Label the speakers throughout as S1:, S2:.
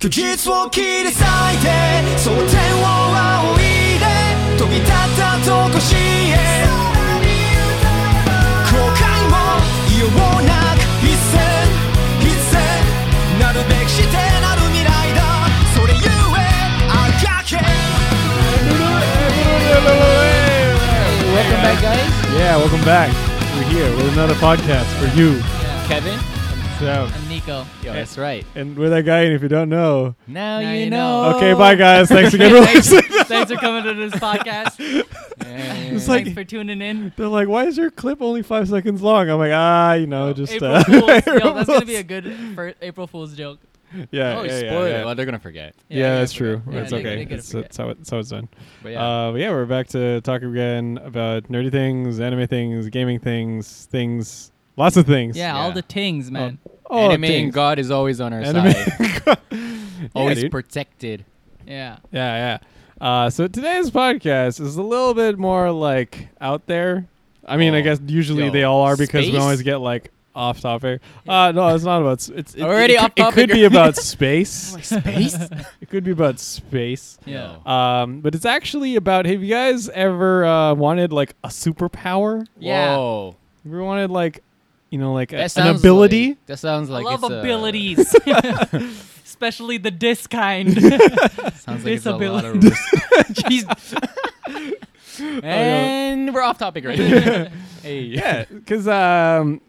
S1: 虚実を切り裂いて争点を仰いで飛び立ったとこしへ後悔も異様なく一戦一戦なるべくしてなる未来だそれゆえあがけ
S2: Welcome back, guys.
S3: Yeah, welcome back. We're here with another podcast for you.
S2: Kevin
S3: So,
S4: I'm Nico.
S2: Yo, that's right.
S3: and we're that guy, and if you don't know,
S2: Now,
S4: Now
S2: you,
S4: you
S2: know.
S4: know.
S3: okay, bye guys. Thanks again for
S4: Oh. Thanks,
S3: listening.
S4: thanks for coming to this podcast.
S2: Yeah.
S3: It's like-
S4: Thanks for tuning in.
S3: They're like, why is your clip only five seconds long? I'm like, ah, you know, just
S4: April
S3: uh,
S4: Fools. Yo, that's gonna
S3: April's-
S4: be a good fir- April Fool's joke.
S3: yeah,
S2: oh, you
S3: yeah,
S2: spoiled
S3: yeah,
S2: it.
S3: yeah.
S2: Well, they're gonna forget.
S3: Yeah,
S4: they're
S3: that's
S4: gonna
S3: true.
S4: forget.
S3: That's
S4: Yeah,
S3: okay.
S4: They're, they're
S3: It's,
S4: gonna
S3: that's how it, that's how it's done.
S2: But yeah,
S3: Uh, but yeah, we're back to talk again about nerdy things, anime things, gaming things, things, lots of things.
S4: yeah, all
S2: Yeah.
S4: the tings, man.
S3: all
S2: anime and
S3: things.
S2: God is always on our
S3: Anime.
S2: side,
S3: yeah,
S2: always
S3: dude.
S2: protected.
S4: Yeah.
S3: Yeah, yeah. Uh, so today's podcast is a little bit more like out there. I mean, I
S2: Oh,
S3: guess usually
S2: yo,
S3: they all are because we
S2: space?
S3: always get like off topic. Uh, no, it's not about. s- It's it,
S2: Already
S3: it,
S2: off
S3: It could
S2: topic.
S3: be about space.
S2: Space?
S3: it could be about space.
S4: Yeah.
S2: No.
S3: Um, but it's actually about. Have you guys ever uh, wanted like a superpower?
S4: Yeah.
S2: Whoa.
S3: You ever wanted like, you know, like a-
S2: That
S3: an
S2: sounds
S3: ability?
S2: Like, that sounds like
S4: I love
S2: it's uh, a-
S4: abilities. Especially the dis kind.
S2: sounds like it's a lot of
S4: Disabilities.
S2: risk.
S4: Jeez.
S2: and we're off topic right now. hey.
S3: yeah, because um,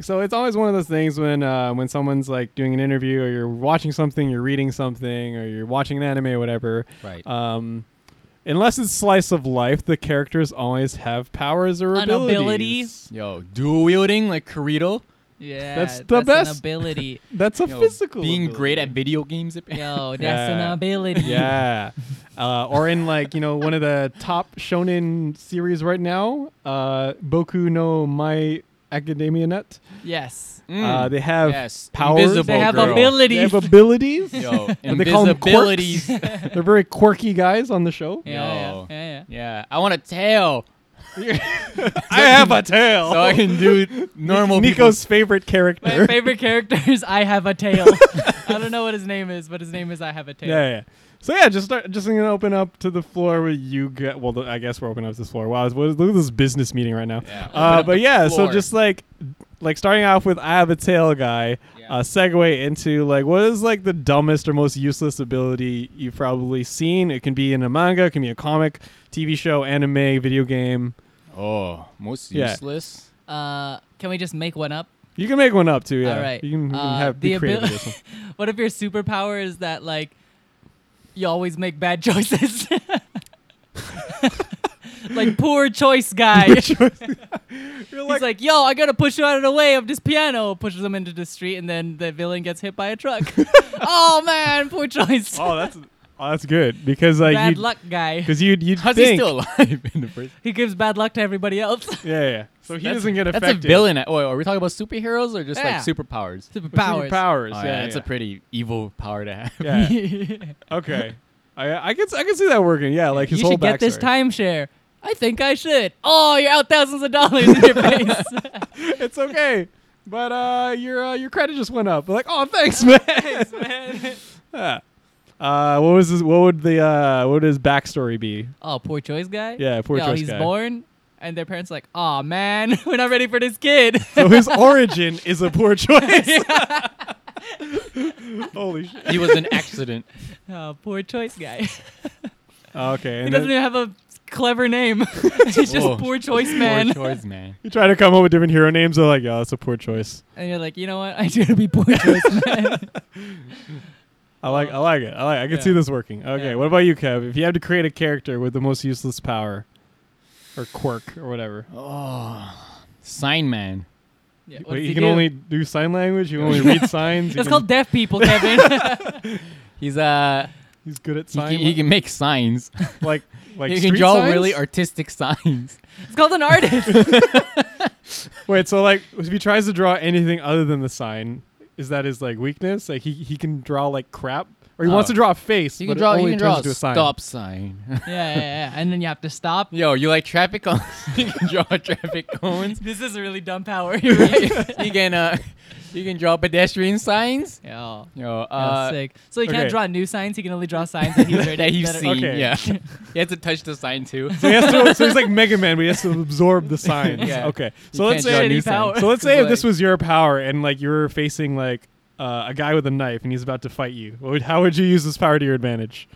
S3: so it's always one of those things when uh, when someone's like doing an interview or you're watching something, you're reading something, or you're watching an anime or whatever.
S2: Right.
S3: Um, unless it's slice of life, the characters always have powers or
S4: An
S3: abilities.
S4: ability.
S2: Yo, dual wielding like Kirito.
S4: Yeah.
S3: That's the best.
S4: An ability.
S3: That's a
S2: Yo,
S3: physical.
S2: Being
S3: ability.
S2: great at video games.
S4: Yo, that's
S3: Yeah.
S4: an ability.
S3: Yeah. uh, or in like you know one of the top shonen series right now, uh, Boku no My Academia Net.
S4: Yes.
S2: Mm.
S3: Uh, they have
S2: yes.
S3: powers.
S2: Invisible
S4: They have
S2: girl.
S3: they
S4: abilities.
S3: have abilities.
S2: Yo,
S3: And they call them
S2: invisibilities.
S3: quirks. They're very quirky guys on the show.
S4: yeah, yeah,
S2: Yo.
S4: yeah, yeah.
S2: yeah, I want a tail
S3: I have a tail.
S2: so I can do normal.
S3: Nico's favorite
S4: My
S3: character.
S4: favorite character is I Have a Tail. I don't know what his name is, but his name is I Have a Tail.
S3: Yeah, yeah. So yeah, just start, just gonna open up to the floor with you. Get, well, th- I guess we're opening up to this floor. Wow, what is- look at this business meeting right now.
S2: people. Yeah.
S3: Uh, but yeah, so
S2: floor.
S3: just like like starting off with I have a tail guy.
S2: Yeah.
S3: Uh, segue into like what is like the dumbest or most useless ability you've probably seen. It can be in a manga, it can be a comic, TV show, anime, video game.
S2: oh, most
S3: Yeah.
S2: useless.
S4: Uh, can we just make one up?
S3: You can make one up too. Yeah,
S4: All right.
S3: You can, you can
S4: Uh,
S3: have be
S4: the
S3: creative.
S4: abil-
S3: with this one.
S4: What if your superpower is that like you always make bad choices? like poor choice guy.
S3: You're
S4: He's like, yo, I gotta push you out of the way of this piano. Pushes him into the street, and then the villain gets hit by a truck. oh man, poor choice.
S3: oh, that's oh, that's good because like
S4: bad
S3: you'd-
S4: luck guy.
S3: Because you'd you'd
S2: How's he
S3: think,
S2: still alive in the first?
S4: He gives bad luck to everybody else.
S3: yeah, yeah, yeah. So he
S2: That's-
S3: doesn't get affected.
S2: That's a villain. Oh, are we talking about superheroes or just
S4: Yeah.
S2: like superpowers?
S4: Superpowers.
S3: Powers.
S2: Oh,
S3: yeah,
S2: yeah, that's a pretty evil power to have.
S3: yeah. yeah. Okay. I I can I can see that working. Yeah, like his
S4: you
S3: whole
S4: should get this
S3: backstory.
S4: timeshare. I think I should. Oh, you're out thousands of dollars in your face.
S3: It's okay. But uh, your uh, your credit just went up. Like, oh, thanks, man.
S4: man.
S3: Yeah. uh, what was his? What would the uh, what would his backstory be?
S4: Oh, poor choice guy.
S3: Yeah, poor
S4: Yo,
S3: choice
S4: he's
S3: guy.
S4: born, and their parents like, oh man, we're not ready for this kid.
S3: So his origin is a poor choice. Holy shit.
S2: he was an accident.
S4: oh, poor choice guy.
S3: Okay.
S4: he
S3: And
S4: doesn't
S3: then
S4: even have a clever name. He's just
S2: Whoa.
S4: poor choice man.
S2: Poor choice man.
S3: you try to come up with different hero names. They're like, yeah, that's a poor choice.
S4: And you're like, you know what? I should be poor choice man.
S3: I like I like it. I like I can
S4: Yeah.
S3: see this working. Okay,
S4: Yeah.
S3: what about you, Kev? If you had to create a character with the most useless power or quirk or whatever.
S2: Sign man.
S4: Yeah, what
S3: Wait,
S4: does
S3: you
S4: he
S3: can
S4: do?
S3: only do sign language, you can only read signs. you
S4: That's
S3: can-
S4: called deaf people, Kevin.
S2: He's uh,
S3: he's good at
S2: he
S3: sign
S2: can, he can make signs.
S3: like like
S2: he can
S3: street
S2: draw
S3: signs?
S2: really artistic signs.
S4: it's called an artist.
S3: Wait, so like if he tries to draw anything other than the sign, is that his like weakness? Like he, he can draw like crap? Or he wants
S2: Oh.
S3: to draw a face,
S2: You
S3: but
S2: can draw.
S3: it
S2: You
S3: only
S2: can
S3: turns
S2: draw
S3: into
S2: a
S3: a sign.
S2: stop sign.
S4: yeah, yeah, yeah. And then you have to stop.
S2: Yo, you like traffic cones? you can draw traffic cones.
S4: This is a really dumb power. You're right.
S2: you can uh, you can draw pedestrian signs.
S4: yeah.
S2: Yo,
S4: That's
S2: uh,
S4: sick. So he can't
S3: okay.
S4: draw new signs. He can only draw signs that he's already
S2: that you've
S4: that are-
S2: seen.
S3: Okay.
S2: Yeah, you have to touch the sign too.
S3: So he has to, so he's like Mega Man, but he has to absorb the signs.
S2: Yeah.
S3: Okay.
S2: You
S3: So let's
S2: can't draw
S3: say
S4: Shitty
S2: new
S4: power.
S2: signs.
S3: so let's say if this
S2: Like-
S3: was your power and like you were facing like uh, a guy with a knife and he's about to fight you. What would, how would you use this power to your advantage?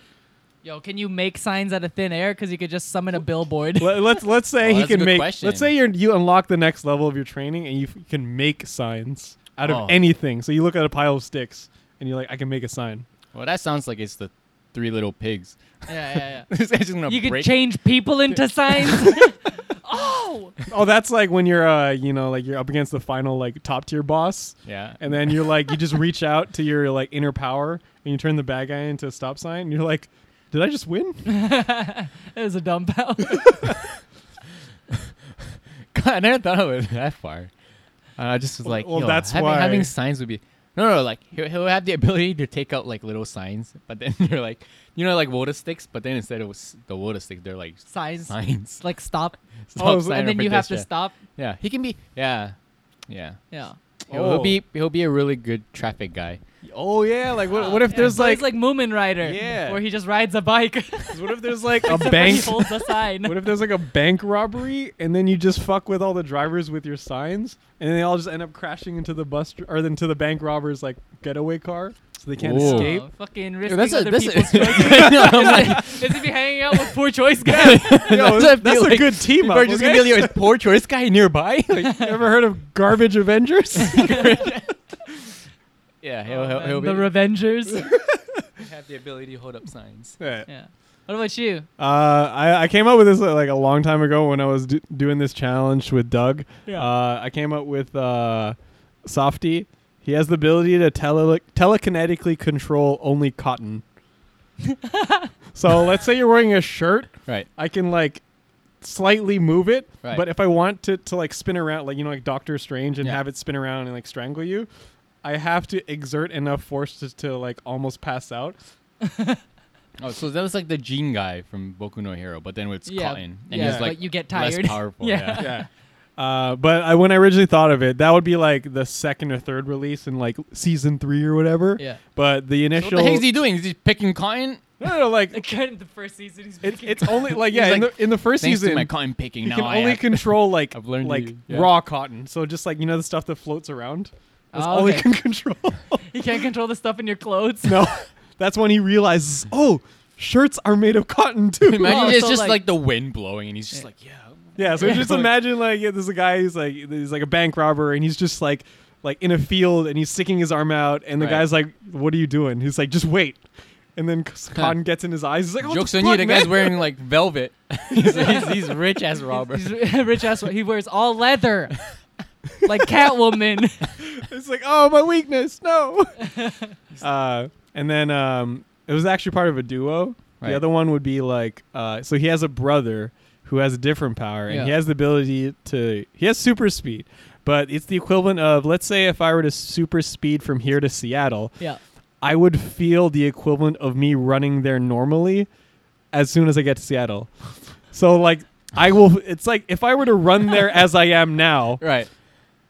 S4: Yo, can you make signs out of thin air? Because you could just summon a billboard.
S3: Let, let's let's say
S2: Oh,
S3: he
S2: that's a
S3: can
S2: good
S3: make.
S2: question.
S3: Let's say you you unlock the next level of your training and you f- can make signs out
S2: Oh.
S3: of anything. So you look at a pile of sticks and you're like, I can make a sign.
S2: Well, that sounds like it's the Three Little Pigs.
S4: yeah, yeah, yeah.
S2: this guy's just gonna
S4: You could
S2: break.
S4: change people into signs. oh,
S3: Oh, that's like when you're uh you know like you're up against the final like top tier boss
S2: yeah.
S3: and then you're like you just reach out to your like inner power and you turn the bad guy into a stop sign and you're like did i just win
S4: that was a dumb power.
S2: God, I never thought of it that far. Uh, I just was
S3: Well-
S2: like,
S3: well,
S2: yo,
S3: that's
S2: having,
S3: why-
S2: having signs would be no, no. Like he'll, he'll have the ability to take out like little signs, but then you're like, you know, like water sticks, but then instead of s- the water sticks, they're like
S4: signs.
S2: signs.
S4: Like stop.
S2: Stop
S3: Oh, so-
S2: sign
S4: and
S2: or
S4: then you have to
S2: pedestrian.
S4: stop.
S2: Yeah, he can be. Yeah, yeah.
S4: Yeah.
S2: He'll,
S3: Oh.
S2: he'll be he'll be a really good traffic guy.
S3: oh yeah like what, what if
S4: Yeah,
S3: there's
S4: so
S3: like,
S4: it's like Moomin Rider,
S3: Yeah.
S4: where he just rides a bike.
S3: what if there's like a
S4: Except
S3: bank
S4: He holds a sign.
S3: what if there's like a bank robbery and then you just fuck with all the drivers with your signs and they all just end up crashing into the bus dr- or into the bank robbers like getaway car so they can't
S2: Whoa.
S4: Oh,
S3: escape
S4: fucking
S2: Yo,
S4: risking
S2: that's a
S4: other
S2: that's a.
S4: people's
S2: I know, I'm like,
S4: Is he hanging out with poor choice guys?
S3: Yo,
S2: that's what I
S3: that's
S2: feel
S3: a
S2: like.
S3: good team up
S2: People are just
S3: okay?
S2: gonna be like, "Is poor choice guy nearby. Like,
S3: You ever heard of garbage avengers
S2: yeah, he'll, he'll, he'll
S4: the
S2: be,
S4: Revengers.
S2: have the ability to hold up signs.
S3: Yeah.
S4: yeah. What about you?
S3: Uh, I, I came up with this uh, like a long time ago when I was do- doing this challenge with Doug.
S4: Yeah.
S3: Uh, I came up with uh, Softy. He has the ability to tele- telekinetically control only cotton. so let's say you're wearing a shirt.
S2: Right.
S3: I can like slightly move it,
S2: Right.
S3: but if I want to to like spin around, like you know, like Doctor Strange, and
S2: Yeah.
S3: have it spin around and like strangle you, I have to exert enough force to, to like almost pass out.
S2: Oh, so that was like the gene guy from Boku no Hero, but then it's
S4: yeah.
S2: cotton, and
S4: yeah.
S2: he's like
S4: but you get
S2: less
S4: tired.
S2: powerful. yeah.
S3: yeah. Uh, but I, when I originally thought of it, that would be like the second or third release in like season three or whatever.
S4: Yeah.
S3: But the
S2: So
S3: initial,
S2: what the heck is he doing? Is he picking cotton?
S3: no, no, no, like
S4: Again, the first season he's
S3: it's
S4: making.
S3: it's only like yeah,
S2: He's
S3: in,
S2: like,
S3: the, in the first
S2: Thanks to my
S3: season,
S2: cotton picking,
S3: you
S2: now
S3: can
S2: I
S3: only
S2: have-
S3: control like
S2: I've learned
S3: like
S2: you- yeah.
S3: raw cotton. So just like you know the stuff that floats around. That's
S4: Oh,
S3: all
S4: okay.
S3: he can control.
S4: you can't control the stuff in your clothes.
S3: no, that's when he realizes, oh, shirts are made of cotton too.
S2: Imagine
S4: Oh,
S2: it's
S4: so
S2: just
S4: like-
S2: like, the wind blowing, and he's just like, yeah.
S3: Yeah, so just imagine like yeah, there's a guy who's like he's like a bank robber and he's just like like in a field and he's sticking his arm out and the
S2: Right.
S3: guy's like, "What are you doing?" He's like, "Just wait." And then c- Cotton gets in his eyes. He's like, "What
S2: Jokes
S3: the
S2: on
S3: fuck,
S2: you, the
S3: man?"
S2: guy's wearing like velvet. he's, he's, he's rich as robber.
S4: He's a rich ass. He wears all leather, like Catwoman.
S3: It's like, "Oh, my weakness, no." uh, and then um, it was actually part of a duo.
S2: Right.
S3: The other one would be like, uh, so he has a brother who has a different power and
S4: Yeah.
S3: he has the ability to he has super speed, but it's the equivalent of let's say if I were to super speed from here to Seattle.
S4: yeah.
S3: I would feel the equivalent of me running there normally as soon as I get to Seattle. So like I will it's like if I were to run there as I am now,
S2: Right.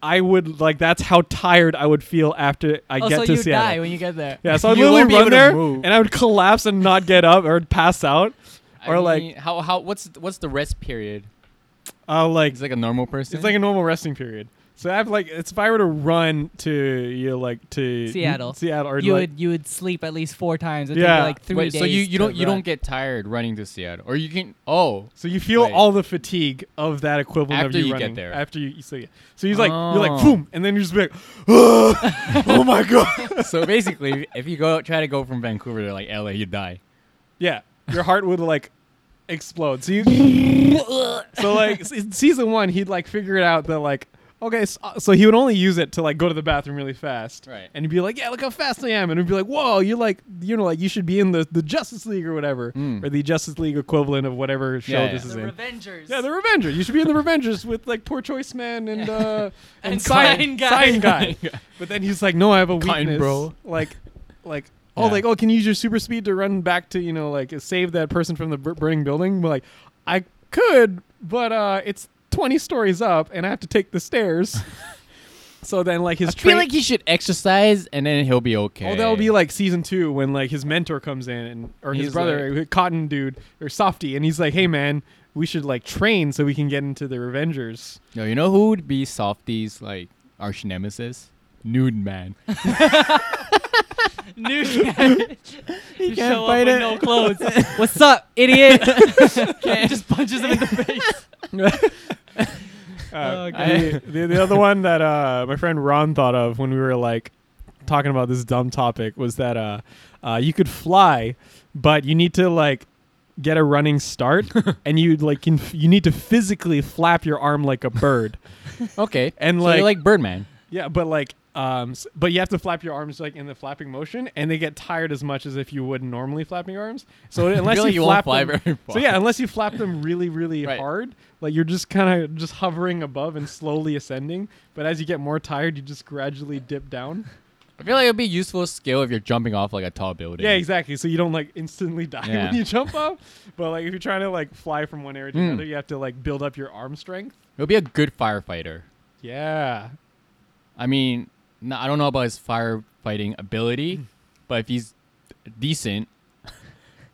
S3: I would like that's how tired I would feel after I
S4: oh,
S3: get
S4: so
S3: to
S4: you
S3: Seattle.
S4: die when you get there.
S3: Yeah, so I'd
S2: You
S3: literally
S2: won't be
S3: run
S2: able to
S3: there
S2: move.
S3: and I would collapse and not get up or pass out.
S2: I
S3: Or
S2: mean,
S3: like
S2: how how what's what's the rest period?
S3: uh like
S2: It's like a normal person.
S3: it's like a normal resting period. So I have like it's if I were to run to you know, like to
S4: Seattle.
S3: Seattle or
S4: You
S3: like,
S4: would you would sleep at least four times. It'd
S3: Yeah.
S4: take like three
S2: Wait,
S4: days.
S2: so you, you
S4: to
S2: don't you
S4: run.
S2: don't get tired running to Seattle, or you can oh
S3: So you feel
S2: Right.
S3: all the fatigue of that equivalent of
S2: After you get
S3: running
S2: there.
S3: after you. So, yeah. so he's like, you're like,
S2: Oh.
S3: boom, and then you're just like, oh, oh my god,
S2: so basically if you go try to go from Vancouver to like LA you die.
S3: yeah, your heart would like explode. So you, so like s- in season one, he'd like figure it out that like, okay, so, so he would only use it to like go to the bathroom really fast,
S2: Right.
S3: And he'd be like, yeah, look how fast I am, and he'd be like, whoa, you're like, you know, like you should be in the the Justice League or whatever,
S2: Mm.
S3: or the Justice League equivalent of whatever show
S2: Yeah,
S3: this
S2: yeah.
S3: is
S4: the
S3: in.
S4: Revengers.
S3: Yeah, the Revengers. You should be in the Revengers with like poor choice man and uh
S4: And
S3: sign
S4: Sign Guy.
S3: Sign guy. But then he's like, no, I have a
S2: Kind
S3: weakness.
S2: bro.
S3: Like, like oh,
S2: Yeah.
S3: like, oh, can you use your super speed to run back to, you know, like save that person from the bur- burning building? We're like, I could, but uh, it's 20 stories up and I have to take the stairs. so then, like, his
S2: I feel
S3: train-
S2: like he should exercise and then he'll be okay.
S3: Oh, that'll be like season two when like his mentor comes in and or his
S2: He's
S3: brother, Cotton dude or Softy, and he's like, "Hey man, we should like train so we can get into the Revengers."
S2: No, you know who would be Softy's like arch nemesis? Nude man.
S4: New guy. you
S2: can't
S4: show
S2: fight
S4: up with
S2: it.
S4: no clothes. What's up, idiot? Just punches him in the face.
S3: Uh,
S4: Oh, God.
S3: the, the, the other one that uh, my friend Ron thought of when we were like talking about this dumb topic was that uh, uh, you could fly, but you need to like get a running start, and you like can f- you need to physically flap your arm like a bird.
S2: Okay,
S3: And,
S2: so
S3: like-
S2: you're like Birdman.
S3: Yeah, but like, um, s- but you have to flap your arms like in the flapping motion, and they get tired as much as if you would normally flapping your arms. So unless
S2: feel like
S3: you
S2: you won't
S3: flap
S2: fly
S3: them,
S2: very
S3: so
S2: far.
S3: yeah, unless you flap them really, really
S2: Right.
S3: hard, like you're just kind of just hovering above and slowly ascending. But as you get more tired, you just gradually dip down.
S2: I feel like it'd be useful skill if you're jumping off like a tall building.
S3: Yeah, exactly. So you don't like instantly die
S2: Yeah.
S3: when you jump up. But like if you're trying to like fly from one area to
S2: Mm.
S3: another, you have to like build up your arm strength.
S2: He'll be a good firefighter.
S3: Yeah.
S2: I mean, no, I don't know about his firefighting
S3: Hmm.
S2: ability, but if he's decent,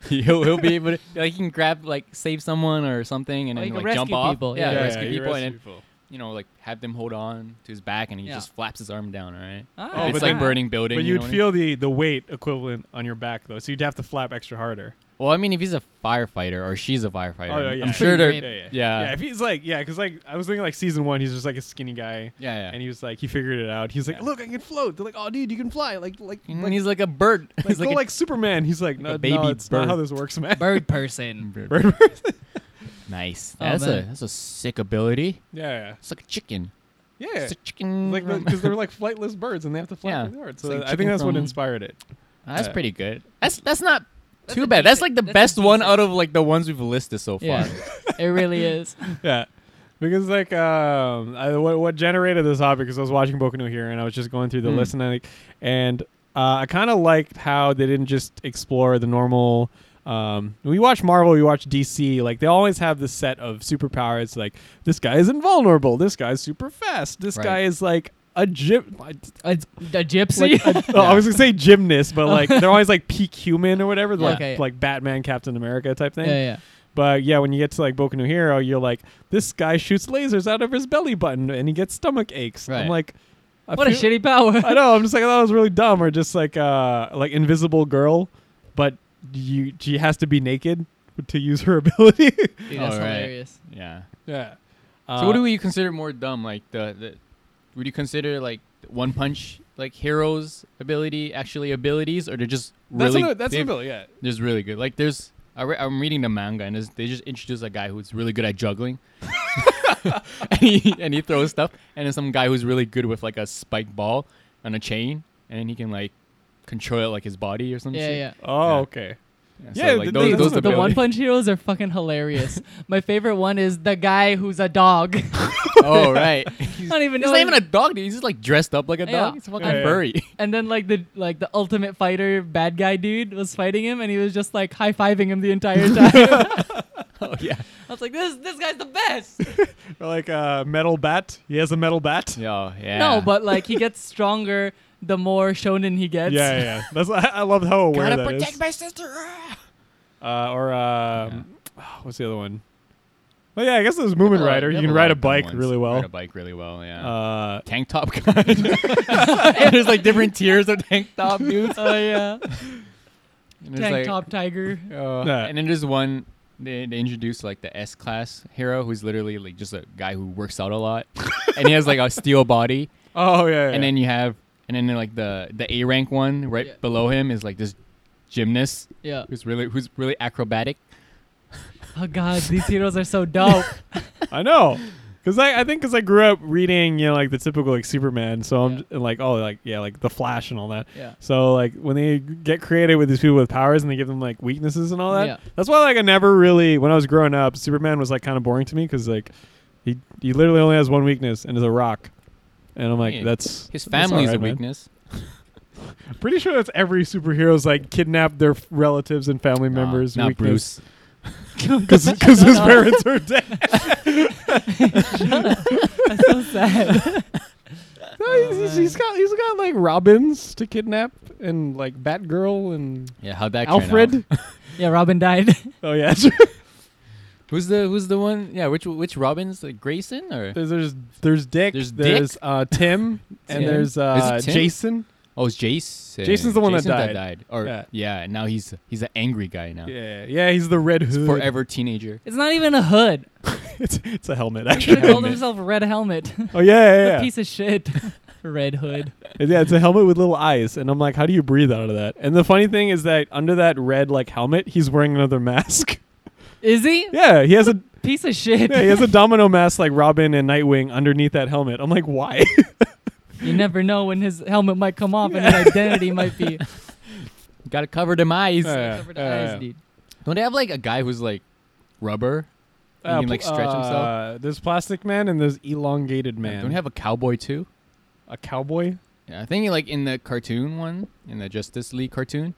S2: he'll, he'll be able to like he can grab like save someone or something and
S4: Or
S2: then
S4: he can
S2: like, jump
S4: rescue
S2: off.
S4: people,
S2: Yeah,
S4: yeah.
S3: Yeah,
S2: rescue
S3: you
S2: people and
S3: rescue
S2: then you know like have them hold on to his back and he
S4: Yeah.
S2: just flaps his arm down. All right,
S4: Ah,
S2: it's
S3: but
S2: like
S3: then-
S2: burning building.
S3: But
S2: you
S3: you'd
S2: know what I mean?
S3: feel the the weight equivalent on your back though, so you'd have to flap extra harder.
S2: Well, I mean, if he's a firefighter or she's a firefighter,
S3: Oh, yeah, yeah.
S2: I'm sure they're
S4: Yeah,
S2: yeah,
S3: yeah. If he's like, yeah, because like I was thinking like season one, he's just like a skinny guy,
S2: yeah, yeah.
S3: and he was like he figured it out. He's like, look, I can float. They're like, oh, dude, you can fly. Like, like,
S2: And
S3: like,
S2: he's like a bird.
S3: like,
S2: he's
S3: go
S2: like,
S3: like,
S2: a-
S3: Superman. He's like, no,
S2: a baby
S3: no, it's not
S2: bird.
S3: how this works, man.
S4: Bird person.
S3: Bird person.
S2: nice.
S4: Oh,
S2: that's a
S4: man.
S2: that's a sick ability.
S3: yeah,
S2: It's like a chicken.
S3: yeah, yeah.
S2: It's a chicken.
S3: Like
S2: from-
S3: because they're like flightless birds, and they have to fly
S2: Yeah.
S3: really hard. So
S2: It's like
S3: I
S2: chicken
S3: think that's what
S2: from-
S3: inspired it.
S2: Ah, that's
S3: Yeah.
S2: pretty good. That's that's not
S4: That's
S2: too
S4: a
S2: bad. That's like
S4: decent-
S2: the
S4: that's a
S2: best one
S4: decent-
S2: out of like the ones we've listed so far.
S4: Yeah, it really is.
S3: yeah. Because like um, I, what what generated this topic is I was watching Boku no Hero and I was just going
S4: Hmm.
S3: through the
S2: Mm.
S3: list and I like, and uh, I kind of liked how they didn't just explore the normal. Um, when we watch Marvel, we watch DC. Like they always have this set of superpowers. Like this guy is invulnerable. This guy's super fast. This
S2: Right.
S3: guy is like a gym.
S4: A, a gypsy.
S3: Like, a- oh, I was gonna say gymnast, but like they're always like peak human or whatever. Like
S4: Okay.
S3: like Batman, Captain America type
S4: yeah,
S3: thing.
S4: yeah.
S3: But yeah, when you get to like Boku no Hero, you're like, this guy shoots lasers out of his belly button and he gets stomach aches. I'm
S2: Right.
S3: like, I
S4: What a
S3: feel-
S4: shitty power.
S3: I know. I'm just like, that was really dumb. Or just like, uh, like Invisible Girl, but you she has to be naked to use her ability. Uh,
S4: Dude, that's
S2: All right.
S4: hilarious.
S2: Yeah.
S3: yeah.
S2: So what do we consider more dumb? Like the, the would you consider like One Punch like heroes ability actually abilities or they're just
S3: That's
S2: really
S3: an, that's
S2: they-
S3: an ability. Yeah.
S2: There's really good. Like there's I re- I'm reading the manga and there's- they just introduce a guy who's really good at juggling. and, he, and he throws stuff and then some guy who's really good with like a spike ball on a chain and then he can like control it like his body or something.
S4: Yeah, yeah.
S3: Oh,
S2: Yeah.
S3: okay.
S2: yeah.
S3: Yeah,
S2: so, like,
S3: th-
S2: those,
S3: those-
S2: those
S3: the
S4: The
S2: abilities.
S4: One Punch heroes are fucking hilarious. My favorite one is the guy who's a dog.
S2: Oh right.
S4: I
S2: He's
S4: don't even
S2: he's
S4: know.
S2: not even a dog. Dude. He's just like dressed up like a
S4: Yeah.
S2: dog. It's fucking
S3: Yeah, yeah.
S2: furry.
S4: and then like the like the ultimate fighter bad guy dude was fighting him and he was just like high fiving him the entire time.
S2: oh yeah.
S4: I was like, this this guy's the best.
S3: Or like uh, metal bat. He has a metal bat. Yeah,
S2: Yeah. Yeah.
S4: No, but like he gets stronger the more shonen he gets.
S3: yeah. yeah. That's I, I love how aware
S2: gotta
S3: that is.
S2: protect my sister.
S3: uh, or um, what's the other one? Well, yeah, I guess there's Moomin
S2: Well,
S3: Rider.
S2: we
S3: You
S2: have
S3: can
S2: lot
S3: ride a
S2: of dumb
S3: bike
S2: ones.
S3: really well.
S2: Ride a bike really well. Yeah.
S3: Uh,
S2: tank top kind. and there's like different tiers of tank top dudes.
S4: Oh yeah.
S2: And there's,
S4: Tank
S2: like,
S4: top tiger.
S2: uh,
S3: Yeah.
S2: And then there's one they, they introduced like the S class hero who's literally like just a guy who works out a lot, and he has like a steel body.
S3: oh yeah, yeah.
S2: And then you have and then like the the A rank one right
S4: Yeah.
S2: below him is like this gymnast
S4: Yeah.
S2: who's really who's really acrobatic.
S4: Oh god, these heroes are so dope.
S3: I know, because I, I think because I grew up reading you know like the typical like Superman, so I'm
S4: Yeah.
S3: j- and, like oh like yeah like the Flash and all that.
S4: Yeah.
S3: So like when they get creative with these people with powers and they give them like weaknesses and all that,
S4: Yeah.
S3: that's why like I never really when I was growing up, Superman was like kind of boring to me because like he he literally only has one weakness and is a rock, and I'm like
S2: Yeah.
S3: that's that's
S2: His family is
S3: all
S2: a
S3: right, man.
S2: weakness.
S3: Pretty sure that's every superhero's like kidnap their f- relatives and family
S2: Nah,
S3: members.
S2: not Bruce.
S3: because his parents are dead.
S4: That's so sad.
S3: No, he's- he's- he's got he's got like Robins to kidnap and like Batgirl and
S2: Yeah, how'd that turn out?
S3: Alfred.
S4: yeah, Robin died.
S3: oh yeah, sure.
S2: Who's the Who's the one? Yeah, which which Robin's like Grayson or
S3: there's there's there's Dick.
S2: There's Dick?
S3: there's uh, Tim and
S2: Tim?
S3: there's uh,
S2: Is it Tim?
S3: Jason.
S2: oh, it's Jason.
S3: Jason's the one that
S2: Jason
S3: died.
S2: Or
S3: Yeah.
S2: yeah. and now he's he's an angry guy now.
S3: Yeah, yeah, he's the Red Hood.
S2: Forever teenager.
S4: It's not even a hood.
S3: it's it's a helmet
S4: He should
S3: actually.
S4: have called
S2: Helmet.
S4: himself Red Helmet.
S3: oh yeah, yeah,
S4: A
S3: yeah.
S4: piece of shit. Red Hood.
S3: Yeah, it's a helmet with little eyes, and I'm like, how do you breathe out of that? And the funny thing is that under that red like helmet, he's wearing another mask.
S4: Is he?
S3: yeah, he has a
S4: Piece of shit.
S3: yeah, he has a domino mask like Robin and Nightwing underneath that helmet. I'm like, why?
S4: You never know when his helmet might come off and his identity might be.
S2: Got to cover them eyes.
S3: Yeah.
S4: covered
S3: yeah,
S4: eyes,
S3: yeah.
S4: dude.
S2: Don't they have like a guy who's like rubber? He can like stretch himself.
S3: Uh, there's Plastic Man and there's Elongated Man.
S2: Don't you have a cowboy too?
S3: a cowboy?
S2: Yeah, I think like in the cartoon one, in the Justice League cartoon,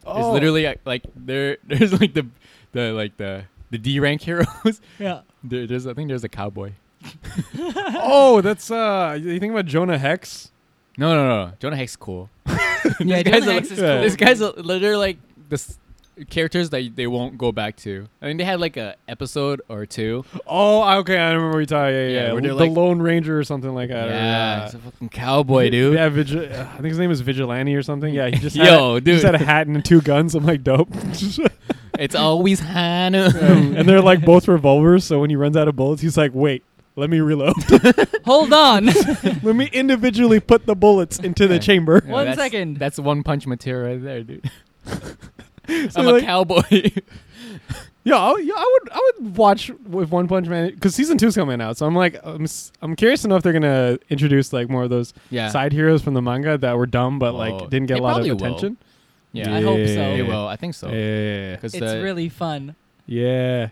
S2: it's
S3: Oh.
S2: literally uh, like there there's like the the like the the D rank heroes.
S4: Yeah.
S2: There, there's I think there's a cowboy.
S3: oh, that's uh. You think about Jonah Hex?
S2: No, no, no. Jonah Hex cool.
S4: Yeah,
S2: guys
S4: Jonah
S2: are-
S4: Hex is
S3: yeah.
S4: cool.
S2: These guys are- they're like the s- characters that they won't go back to. I mean, they had like a episode or two.
S3: Oh, okay, I remember we talked. Yeah, yeah,
S2: Yeah,
S3: yeah.
S2: where
S3: The
S2: they're like-
S3: Lone Ranger or something like that. or,
S2: Yeah,
S3: uh,
S2: he's a fucking cowboy, dude.
S3: Yeah, Vigil- uh, I think his name is Vigilante or something. Yeah, he just had
S2: Yo,
S3: a,
S2: dude.
S3: just had a hat and two guns. I'm like, dope.
S2: It's always Hannah.
S3: and they're like both revolvers. So when he runs out of bullets, he's like, wait, let me reload.
S4: Hold on.
S3: let me individually put the bullets into the
S2: Yeah.
S3: chamber.
S4: One
S2: that's,
S4: second.
S2: That's one punch material right there, dude. I'm
S3: like-
S2: a cowboy.
S3: Yeah, I, yeah, I would, I would watch with One Punch Man because season two's coming out. So I'm like, I'm, s- I'm curious enough they're gonna introduce like more of those
S2: yeah.
S3: side heroes from the manga that were dumb but
S2: Oh,
S3: like didn't get
S2: they
S3: a lot of
S2: probably will.
S3: attention.
S2: yeah.
S4: I hope so.
S2: They will. I think so.
S3: Yeah,
S2: Because
S4: it's really fun.
S3: yeah.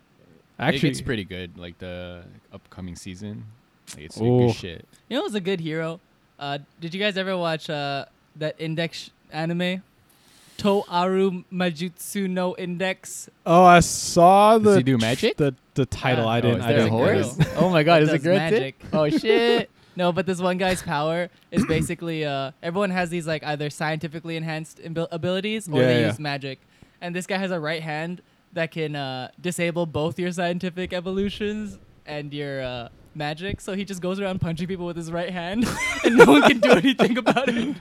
S3: Actually,
S2: it's pretty good. Like the upcoming season, like, it's
S3: Ooh.
S2: like good shit.
S4: You know, it was a good hero. Uh, did you guys ever watch uh, that index anime? To Aru Majutsu no Index.
S3: Oh, I saw the
S2: Does he do magic?
S3: The the title.
S4: Yeah.
S3: I
S4: Oh,
S3: didn't.
S2: is
S3: I
S2: there a
S3: didn't get it.
S2: horse? oh my god,
S4: It
S2: is it
S4: does
S2: good?
S4: magic.
S2: Oh shit.
S4: No, but this one guy's power is basically uh, everyone has these like either scientifically enhanced abil- abilities or
S3: Yeah,
S4: they
S3: yeah.
S4: use magic, and this guy has a right hand that can uh, disable both your scientific evolutions and your uh, magic. So he just goes around punching people with his right hand, and no one can do anything about it.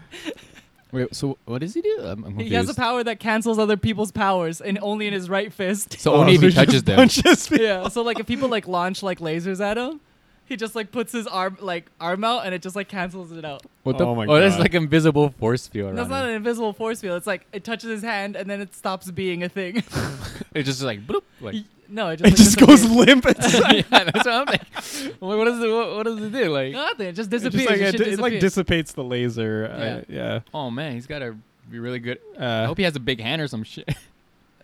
S2: Wait, so what does he do? I'm, I'm
S4: He has a
S2: confused.
S4: power that cancels other people's powers, and only in his right fist.
S2: so only
S3: Oh,
S2: if he
S3: so
S2: touches
S3: just
S2: them.
S3: punches people.
S4: yeah. So like if people like launch like lasers at him. He just like puts his arm like arm out and it just like cancels it out.
S2: What the
S3: Oh my
S2: f- oh, that's
S3: God.
S2: like invisible force field. Around
S4: That's not
S2: him.
S4: an invisible force field. It's like it touches his hand and then it stops being a thing.
S2: It's just like bloop. Like,
S4: no, it just,
S3: It
S4: like,
S3: just goes
S4: disappears.
S3: limp. It's
S2: yeah, that's what I'm like. I'm like, what does it? What, what does it do? Like,
S4: Nothing. It just
S3: just
S4: disappears.
S3: like,
S4: It
S3: it,
S4: should
S3: it, like
S4: disappear.
S3: dissipates the laser. Yeah.
S2: oh man, he's gotta be really good.
S3: yeah. Uh,
S2: I hope he has a big hand or some shit.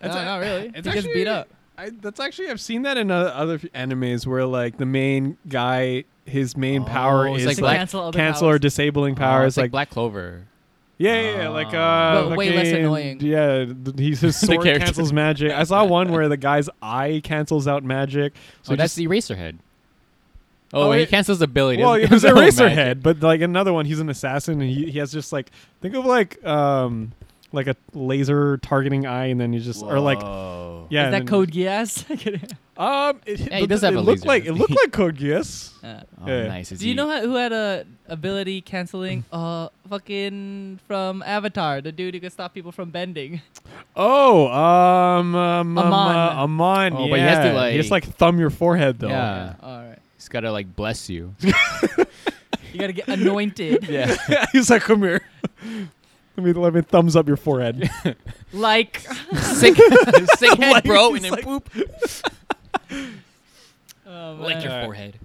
S4: No, not really. It
S3: It's
S4: gets
S3: actually-
S4: beat up.
S3: I, that's actually I've seen that in uh, other f- animes where like the main guy his main
S2: Oh,
S3: power
S2: it's
S3: is
S2: like
S3: like,
S2: Black-
S4: cancel other
S3: cancel or
S4: powers.
S3: disabling
S2: Power
S3: powers
S2: is Oh,
S3: Uh,
S2: like,
S3: like,
S2: Black Clover.
S3: yeah yeah, yeah, like uh
S2: But
S4: way less
S3: fucking-
S4: annoying.
S3: yeah th- he's his
S2: The
S3: sword
S2: character.
S3: cancels magic I saw one where the guy's eye cancels out magic so
S2: So
S3: he
S2: Oh,
S3: just
S2: that's the Eraserhead. Oh,
S3: Oh,
S2: wait, he
S3: it-
S2: cancels Oh, the ability.
S3: Well,
S2: doesn't
S3: it was
S2: cancel
S3: Eraserhead,
S2: magic.
S3: but like another one, he's an assassin, and he, he has just like think of like um like a laser targeting eye, and then he just or like
S2: Whoa.
S3: yeah
S4: Is
S3: and
S4: that
S3: then-
S4: Code Geass?
S3: Um, it,
S2: Yeah, he
S3: but
S2: does
S3: th-
S2: have
S3: it
S2: a
S3: looked
S2: laser.
S3: like it looked like Code Geass.
S4: Uh,
S2: Oh,
S3: Yeah.
S2: nice. Is
S4: do you
S2: he-
S4: know how, who had a ability canceling? Uh, fucking from Avatar, the dude who could stop people from bending.
S3: Oh, um, um, um,
S4: Amon.
S3: uh, Amon,
S2: Oh, but he has to,
S3: yeah.
S2: like-
S3: just like thumb your forehead though.
S2: Yeah.
S4: All right.
S2: He's gotta like bless you.
S4: You gotta get anointed
S2: yeah.
S3: he's like, come here. Let me let me thumbs up your forehead.
S4: like
S2: Sick, sick head, bro, and
S3: he's
S2: then
S3: like-
S2: poop.
S4: oh,
S2: Lick your
S4: man.
S2: forehead.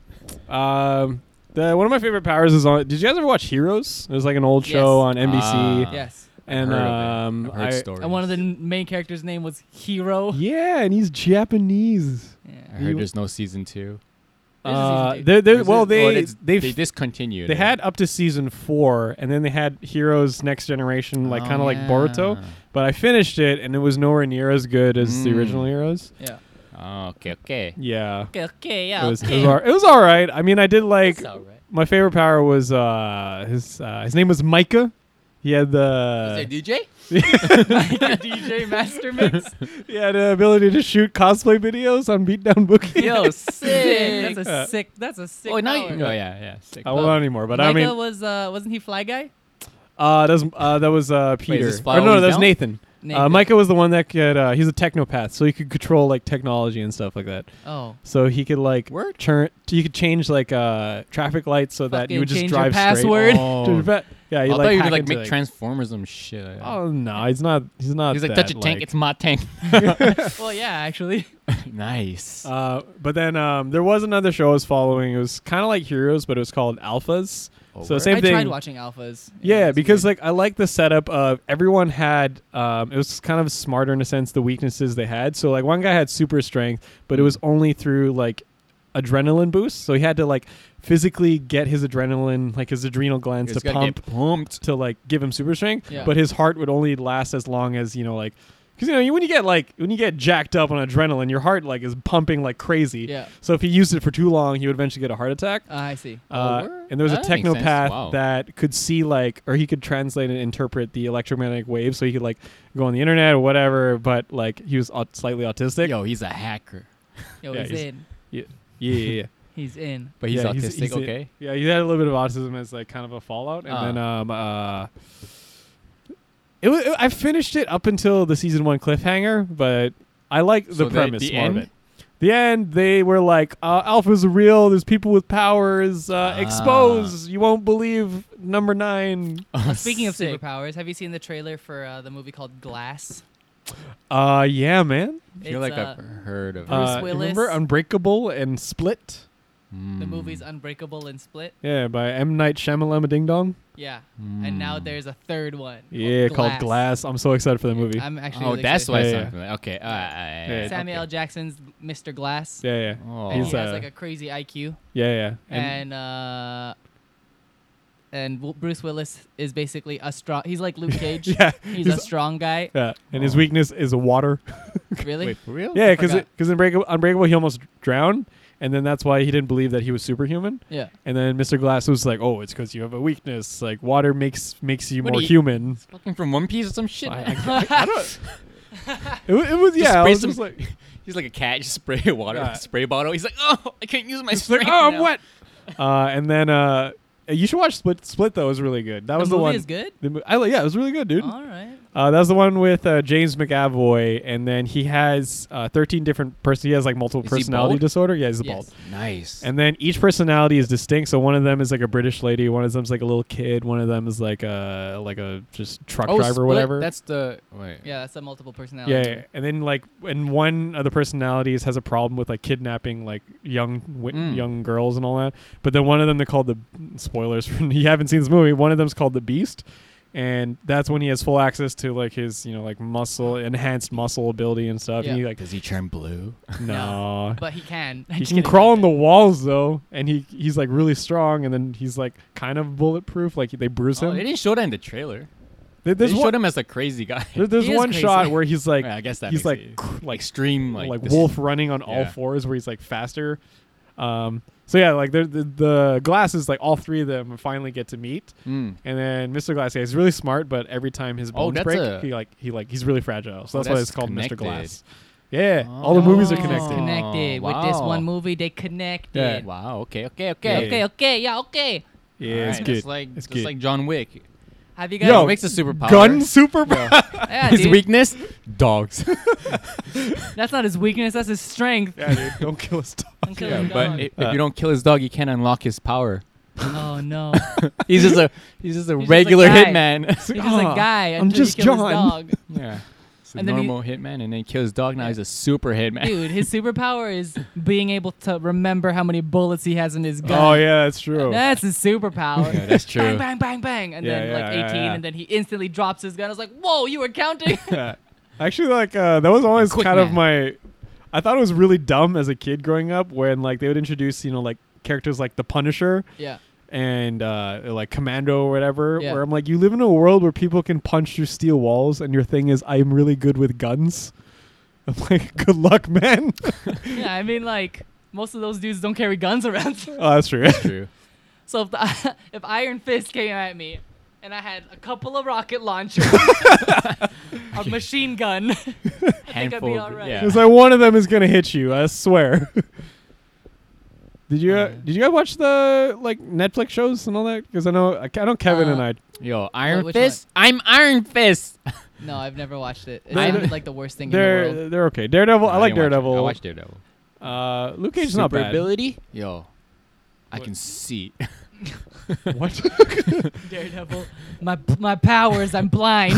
S3: um, the, one of my favorite powers is on. Did you guys ever watch Heroes? It was like an old
S4: Yes.
S3: show on NBC,
S2: Ah.
S4: Yes.
S3: and
S2: I've heard of it.
S3: um,
S2: I've heard
S3: I-
S2: stories.
S4: And one of the n- main characters' name was Hero.
S3: Yeah, and he's Japanese.
S2: I
S4: Yeah.
S2: heard there's no season two.
S4: There's a season
S3: Uh,
S4: two.
S3: they they
S2: Is
S3: well,
S2: it- oh,
S3: they
S2: it's-
S3: they
S2: they discontinued.
S3: they
S2: it.
S3: had up to season four, and then they had Heroes Next Generation, like
S2: Oh,
S3: kind of like
S2: yeah.
S3: Boruto. But I finished it, and it was nowhere near as good as the
S2: Mm.
S3: original Heroes.
S4: Yeah.
S2: Oh, okay, okay.
S3: Yeah,
S4: Okay. Okay. Yeah.
S3: it was it
S4: okay.
S3: was, all, it was all right. I mean, I did like
S4: It's all right.
S3: my favorite power was uh his uh, his name was Micah. He had
S2: Is there
S3: the
S2: DJ?
S4: DJ Master Mix.
S3: he had the ability to shoot cosplay videos on Beatdown Bookie.
S2: Yo,
S4: sick.
S2: sick.
S4: That's
S3: Uh,
S4: a sick. That's a sick.
S2: oh, now you,
S4: power.
S2: oh yeah, yeah. Sick.
S3: I don't know anymore, but I
S4: Micah
S3: mean,
S4: was uh, wasn't he Fly Guy?
S3: uh, that was uh, that was uh, Peter.
S2: this
S3: or no,
S2: following
S3: that was
S2: down?
S3: Nathan. Uh,
S4: Nathan.
S3: Micah was the one that could. Uh, he's a technopath, so he could control like technology and stuff like that.
S4: Oh.
S3: So he could like
S2: Word?
S3: turn. You could change like uh traffic lights so that
S4: Fucking
S3: you would just
S4: change your
S3: drive
S4: password.
S3: straight. Change your pa- yeah,
S2: Oh. I
S3: you
S2: thought
S3: like,
S2: you
S3: hack
S2: could like
S3: into,
S2: make Transformers some shit.
S3: Oh no, he's not. He's not.
S2: He's like,
S3: that,
S2: touch a tank,
S3: like-
S2: it's my tank.
S4: well, yeah. Actually.
S2: nice.
S3: Uh, but then um, there was another show I was following. It was kind of like Heroes, but it was called Alphas. so
S2: Oh, word.
S3: same
S4: I
S3: thing.
S4: tried watching alphas.
S3: Yeah,
S4: It's
S3: because
S4: weird.
S3: like I like the setup of everyone had um, it was kind of smarter in a sense the weaknesses they had. So like one guy had super strength, but it was
S2: Mm.
S3: only through like adrenaline boost. So he had to like physically get his adrenaline, like his adrenal glands
S2: It's
S3: to
S2: gotta get
S3: pump
S2: pumped.
S3: to like give him super strength.
S4: Yeah.
S3: But his heart would only last as long as you know like. Cause you know you- when you get like when you get jacked up on adrenaline, your heart like is pumping like crazy.
S4: Yeah.
S3: So if he used it for too long, he would eventually get a heart attack.
S4: Uh, I see.
S3: Uh,
S2: Oh, word?
S3: and there was a
S2: That makes sense.
S3: technopath
S2: Wow.
S3: that could see like, or he could translate and interpret the electromagnetic waves, so he could like go on the internet or whatever. But like, he was aut- slightly autistic.
S2: Yo, he's a hacker,
S4: Yo,
S3: yeah,
S4: he's,
S3: he's-
S4: in.
S3: Yeah, yeah, yeah.
S4: He's in.
S2: but he's
S3: Yeah,
S2: autistic.
S3: he's-
S2: okay.
S3: yeah. He had a little bit of autism as like kind of a fallout, and
S2: Ah.
S3: then um uh, it was. I finished it up until the season one cliffhanger, but I like the
S2: So the-
S3: premise
S2: the
S3: more
S2: end?
S3: of it. The end, they were like, uh, "Alpha's real. There's people with powers. Uh,
S2: Ah.
S3: Expose. You won't believe number nine
S4: Speaking of
S2: Oh, sick.
S4: superpowers, have you seen the trailer for uh, the movie called Glass?
S3: Uh, yeah, man.
S2: I feel
S4: It's,
S2: like
S4: uh,
S2: I've heard of
S4: Bruce
S2: it.
S3: uh,
S4: Willis.
S3: Remember Unbreakable and Split?
S4: the
S3: Mm.
S4: movies Unbreakable and Split.
S3: Yeah, by M Night Shyamalan Ding Dong.
S4: Yeah, and now there's a third one.
S3: Hmm. Yeah, called Glass. I'm so excited for the movie.
S4: I'm actually.
S2: Oh,
S4: really
S2: that's
S4: excited.
S2: why
S3: Yeah,
S2: it's
S3: yeah.
S2: something. like- Okay. all right, all right, all right,
S3: Yeah,
S4: Samuel L.
S2: okay.
S4: Jackson's Mr. Glass.
S3: yeah, yeah,
S2: Oh.
S4: And
S3: He's,
S4: he has
S3: uh,
S4: like a crazy IQ,
S3: yeah, yeah. And
S4: and uh, and w- Bruce Willis is basically a strong. He's like Luke Cage.
S3: yeah,
S4: He's, a strong guy.
S3: yeah, and his
S2: Oh.
S3: weakness is water.
S4: Really?
S2: Wait, for real?
S3: Yeah, because
S4: forgot.
S3: because Unbreakable, Unbreakable, he almost drowned, and then that's why he didn't believe that he was superhuman.
S4: Yeah.
S3: And then Mr. Glass was like, "Oh, it's because you have a weakness. Like water makes makes you
S2: What
S3: more
S2: do you-
S3: human."
S2: Fucking from One Piece or some shit.
S3: I- I- I don't- It, wa- it was
S2: Just
S3: yeah. I
S2: spray
S3: was
S2: some-
S3: just like,
S2: He's like a cat, just spray water,
S3: Yeah.
S2: spray bottle. He's like, oh, I can't use my
S3: It's like,
S2: strength.
S3: oh, I'm
S2: now."
S3: wet. uh, and then uh, you should watch Split. Split though is really good. That was the,
S4: movie
S3: one.
S4: is good.
S3: The mo- I, li- yeah, it was really good, dude.
S4: All right.
S3: Uh, that was the one with uh, James McAvoy, and then he has uh, 13 different person. He has like multiple
S2: Is he
S3: personality
S2: bald?
S3: disorder. Yeah, he's
S4: Yes.
S3: bald.
S2: Nice.
S3: And then each personality is distinct. So one of them is like a British lady. One of them's like a little kid. One of them is like a like a just truck
S2: oh,
S3: driver,
S2: Split,
S3: whatever.
S2: That's the wait.
S4: Yeah, that's a multiple personality.
S3: yeah, yeah. And then like, and one of the personalities has a problem with like kidnapping like young wi-
S2: Mm.
S3: young girls and all that. But then one of them they're called the spoilers. For, you haven't seen this movie. One of them's called the Beast, and that's when he has full access to like his you know like muscle enhanced muscle ability and stuff. And
S4: Yeah.
S3: he like
S2: Does he turn blue?
S3: no.
S4: But he can.
S3: He can crawl on the walls though, and he he's like really strong, and then he's like kind of bulletproof. Like they bruise
S2: Oh,
S3: him.
S2: they didn't show that in the trailer.
S3: There-
S2: They
S3: There's
S2: showed
S3: one,
S2: him as a crazy guy.
S3: there- there's
S4: He is
S3: one
S4: crazy.
S3: shot where he's like
S2: Yeah, I guess that
S3: he's
S2: makes
S3: like
S2: it
S3: cr- like
S2: extreme, like,
S3: like
S2: this-
S3: wolf running on all
S2: yeah.
S3: fours where he's like faster um so yeah like the, the the glasses like all three of them finally get to meet
S2: Mm.
S3: and then mr glass yeah, he's really smart but every time his
S2: Oh,
S3: bones
S2: that's
S3: break
S2: a-
S3: he like he like he's really fragile so
S2: Oh,
S3: that's, why it's
S2: that's
S3: called mr
S2: connected.
S3: glass yeah all the movies are connected
S2: Oh.
S4: Connected with this
S2: Wow.
S4: one movie. They connected.
S3: Yeah.
S2: Wow. Okay. Okay.
S4: Okay,
S2: Okay.
S3: Yeah.
S4: okay, okay, yeah, okay.
S3: yeah
S2: All
S3: it's
S2: right,
S3: good
S2: Just like
S3: it's
S2: just
S3: good
S2: like John Wick.
S4: Have you guys?
S3: Yo,
S2: makes a superpower.
S3: gun super yeah.
S4: yeah,
S2: His
S4: dude.
S2: weakness, dogs.
S4: That's not his weakness. That's his strength.
S3: dude don't kill us
S4: I'm killing
S2: but
S4: dog.
S2: if,
S3: Uh.
S2: if you don't kill his dog, you can't unlock his power.
S4: oh no,
S2: He's just a he's just a
S4: He's just a
S2: regular
S4: guy.
S2: hitman.
S4: he's just a
S3: Ah,
S4: guy.
S3: I'm
S4: Until you
S3: just
S4: kill his
S3: John.
S4: dog.
S2: yeah. He's a
S4: And then he-
S2: normal hitman, and then he kills his dog. Now he's a super hitman.
S4: Dude, his superpower is being able to remember how many bullets he has in his gun.
S3: oh yeah that's true
S4: That's his superpower.
S2: Yeah, that's
S4: Bang,
S2: true.
S4: bang, bang, bang. And
S3: Yeah,
S4: then
S3: yeah,
S4: like 18,
S3: yeah, yeah.
S4: and then he instantly drops his gun. I was like, whoa, you were counting?
S3: Yeah. Actually, like uh, that was always
S2: Quick
S3: kind of
S2: man.
S3: my. I thought it was really dumb as a kid growing up when like they would introduce you know like characters like the Punisher
S4: Yeah.
S3: and uh, like Commando or whatever.
S4: Yeah.
S3: Where I'm like, you live in a world where people can punch through steel walls, and your thing is I'm really good with guns. I'm like, good luck, man.
S4: Yeah, I mean, like, most of those dudes don't carry guns around.
S3: oh, that's true.
S2: True.
S4: so if, the, if Iron Fist came at me and I had a couple of rocket launchers, a machine gun, I think I'd
S2: Handful
S4: be
S2: of-
S4: all right.
S2: yeah.
S3: It's like one of them is gonna hit you. I swear. Did you uh,
S2: Um,
S4: Okay.
S3: did you guys watch the like Netflix shows and all that? Because I know I know Kevin
S4: Uh,
S3: and I
S2: Yo, Iron
S4: which one?
S2: Fist. I'm Iron Fist.
S4: No, I've never watched it. It
S3: No,
S4: sounded
S3: no.
S4: like the worst thing in the world.
S3: they're they're okay. Daredevil, Oh, I, like
S2: didn't watch it.
S3: Daredevil.
S2: I watched Daredevil.
S3: Uh, Luke Cage is not bad.
S2: Ability. Yo, I can see.
S3: What?
S4: Daredevil. My my powers. I'm blind.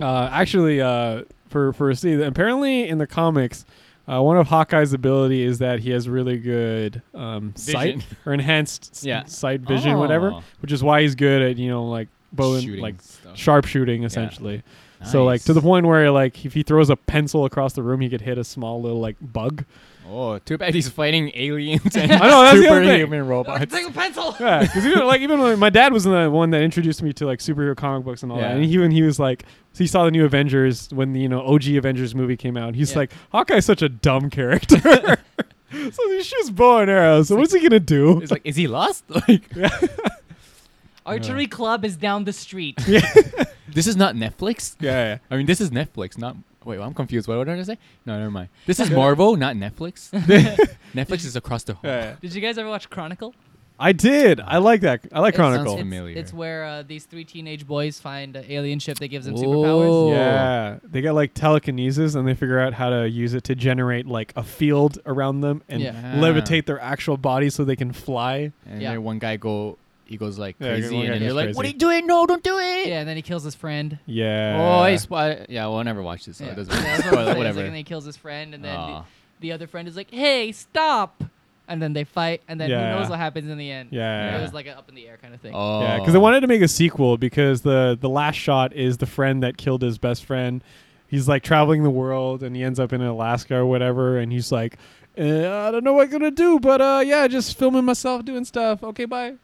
S3: uh, actually, uh, for for a see, apparently in the comics, uh, one of Hawkeye's ability is that he has really good um, sight
S2: Vision.
S3: or enhanced s-
S2: Yeah.
S3: sight vision, whatever,
S2: Oh.
S3: which is why he's good at you know like bow and
S2: Shooting
S3: like
S2: stuff.
S3: sharpshooting essentially. So like to the
S2: Nice.
S3: point where like if he throws a pencil across the room, he could hit a small little like bug.
S2: Oh, too bad he's fighting aliens and
S3: I know, that's the other thing.
S2: superhuman robots.
S4: Take a pencil.
S3: Yeah, because even like even when my dad was the one that introduced me to like superhero comic books and all that,
S2: Yeah.
S3: and even he was like, he saw the new Avengers when the you know OG Avengers movie came out. And he's
S4: Yeah.
S3: like, Hawkeye's such a dumb character. so he shoots bow and arrows. So what's he gonna do?
S2: It's like, is he lost? Like,
S4: Archery club is down the street.
S2: this is not Netflix.
S3: yeah,
S2: I mean, this is Netflix, not. Wait, I'm confused. What, what did I say? No, never mind. This is Marvel, not Netflix. Netflix is across the
S3: yeah,
S2: hall.
S3: yeah.
S4: Did you guys ever watch Chronicle?
S3: I did. I like that. I like
S4: It
S3: Chronicle.
S2: sounds
S4: It's,
S2: Familiar.
S4: it's where uh, these three teenage boys find an alien ship that gives them
S2: Whoa.
S4: superpowers.
S3: yeah, they get like telekinesis and they figure out how to use it to generate like a field around them and
S2: Yeah.
S3: levitate their actual body so they can fly.
S2: And
S4: Yeah.
S2: then one guy go, he goes like
S3: Yeah,
S2: crazy,
S3: one guy
S2: and then
S3: goes
S2: you're like, "What are
S3: crazy.
S2: you doing? No, don't do it!"
S4: Yeah, and then he kills his friend.
S3: Yeah.
S2: Oh, I spot. Yeah, well, I never watched this, so
S4: Yeah.
S2: it doesn't.
S4: Yeah,
S2: matter.
S4: that's what I'm
S2: Spoiler,
S4: saying. It's
S2: whatever.
S4: Like, and he kills his friend, and then the,
S2: Aw.
S4: the other friend is like, "Hey, stop!" And then they fight, and then
S3: Yeah.
S4: who knows what happens in the end?
S3: Yeah.
S4: it was like an up in the air kind of thing.
S2: oh,
S3: Yeah, because they wanted to make a sequel because the the last shot is the friend that killed his best friend. He's like traveling the world and he ends up in Alaska or whatever, and he's like, uh, I don't know what I'm gonna do, but uh, yeah, just filming myself doing stuff. Okay, bye.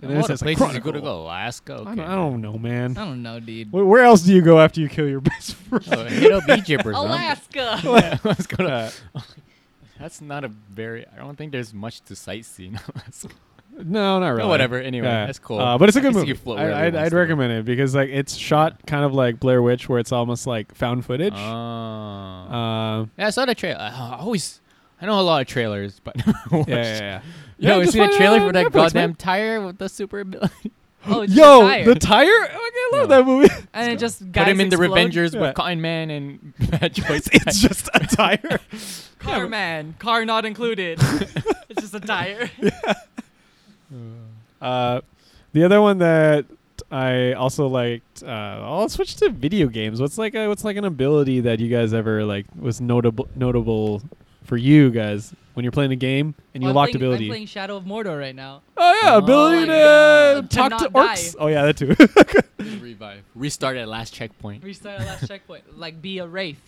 S3: And
S2: What
S3: says, like,
S2: places you go to
S3: Chronicle.
S2: go? Alaska. Okay.
S3: I, don't, I don't know, man.
S4: I don't know, dude.
S3: Where, where else do you go after you kill your best friend?
S2: Oh, hit up Egypt or something.
S4: Alaska.
S2: Let's go to-
S3: Uh,
S2: That's not a very. I don't think there's much to sightsee. in Alaska.
S3: no, not really.
S2: Oh, whatever, anyway,
S3: Yeah.
S2: that's cool.
S3: Uh, but it's a
S2: I
S3: good
S2: can see
S3: movie.
S2: you float wherever
S3: I,
S2: you
S3: I'd,
S2: want
S3: I'd
S2: to go.
S3: recommend it because like it's shot kind of like Blair Witch, where it's almost like found footage.
S2: Oh.
S3: Uh,
S2: yeah, I saw the trailer. I always. I know a lot of trailers, but
S3: yeah, yeah, yeah.
S2: Yo,
S3: Yeah,
S2: you
S3: just
S2: see the
S3: find it
S2: trailer
S3: on
S2: for that
S3: Netflix,
S2: goddamn
S3: man.
S2: tire with the super ability?
S4: oh, it's
S3: Yo,
S4: the tire.
S3: the tire. Okay, I love
S2: Yo.
S3: that movie.
S4: and it just guys
S2: Put him in the
S4: explode.
S2: Revengers
S3: Yeah.
S2: with Cotton Man and Bad Choice.
S3: it's just a tire.
S4: Car man, car not included. it's just a tire.
S3: Uh, the other one that I also liked. Uh, I'll switch to video games. What's like a, what's like an ability that you guys ever like was notable notable for you guys when you're playing a game and you
S4: Well, I'm
S3: locked
S4: playing-
S3: ability.
S4: I'm playing Shadow of Mordor right now.
S3: oh yeah,
S2: Oh
S3: ability
S4: my
S3: to
S4: God. To
S3: talk to,
S4: not
S3: orcs.
S4: die.
S3: Oh yeah, that too.
S2: Revive. Restart at last checkpoint.
S4: Restart at last checkpoint. Like be a wraith.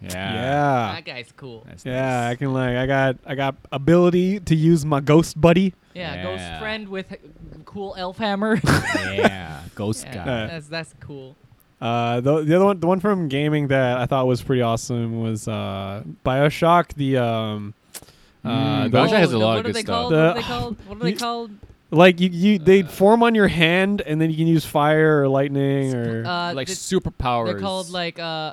S2: Yeah.
S3: yeah.
S4: That guy's cool.
S2: Ah. That's
S3: Yeah, I
S2: nice.
S3: can like I got I got ability to use my ghost buddy.
S4: Yeah,
S2: Yeah.
S4: ghost friend with h- cool elf hammer.
S2: yeah. Ghost
S4: yeah,
S2: guy.
S4: that's that's cool.
S3: Uh, the, the other one, the one from gaming that I thought was pretty awesome was uh, Bioshock. The um, uh,
S2: Mm,
S3: the-
S2: Bioshock has a
S4: the-
S2: lot of
S4: what are
S2: good
S4: they
S2: stuff.
S4: Called?
S3: The-
S4: what are they called? What are they
S3: You-
S4: called?
S3: like you, you they
S4: Uh.
S3: form on your hand, and then you can use fire or lightning or
S4: Uh,
S2: like
S4: th-
S2: superpowers.
S4: they're called like uh,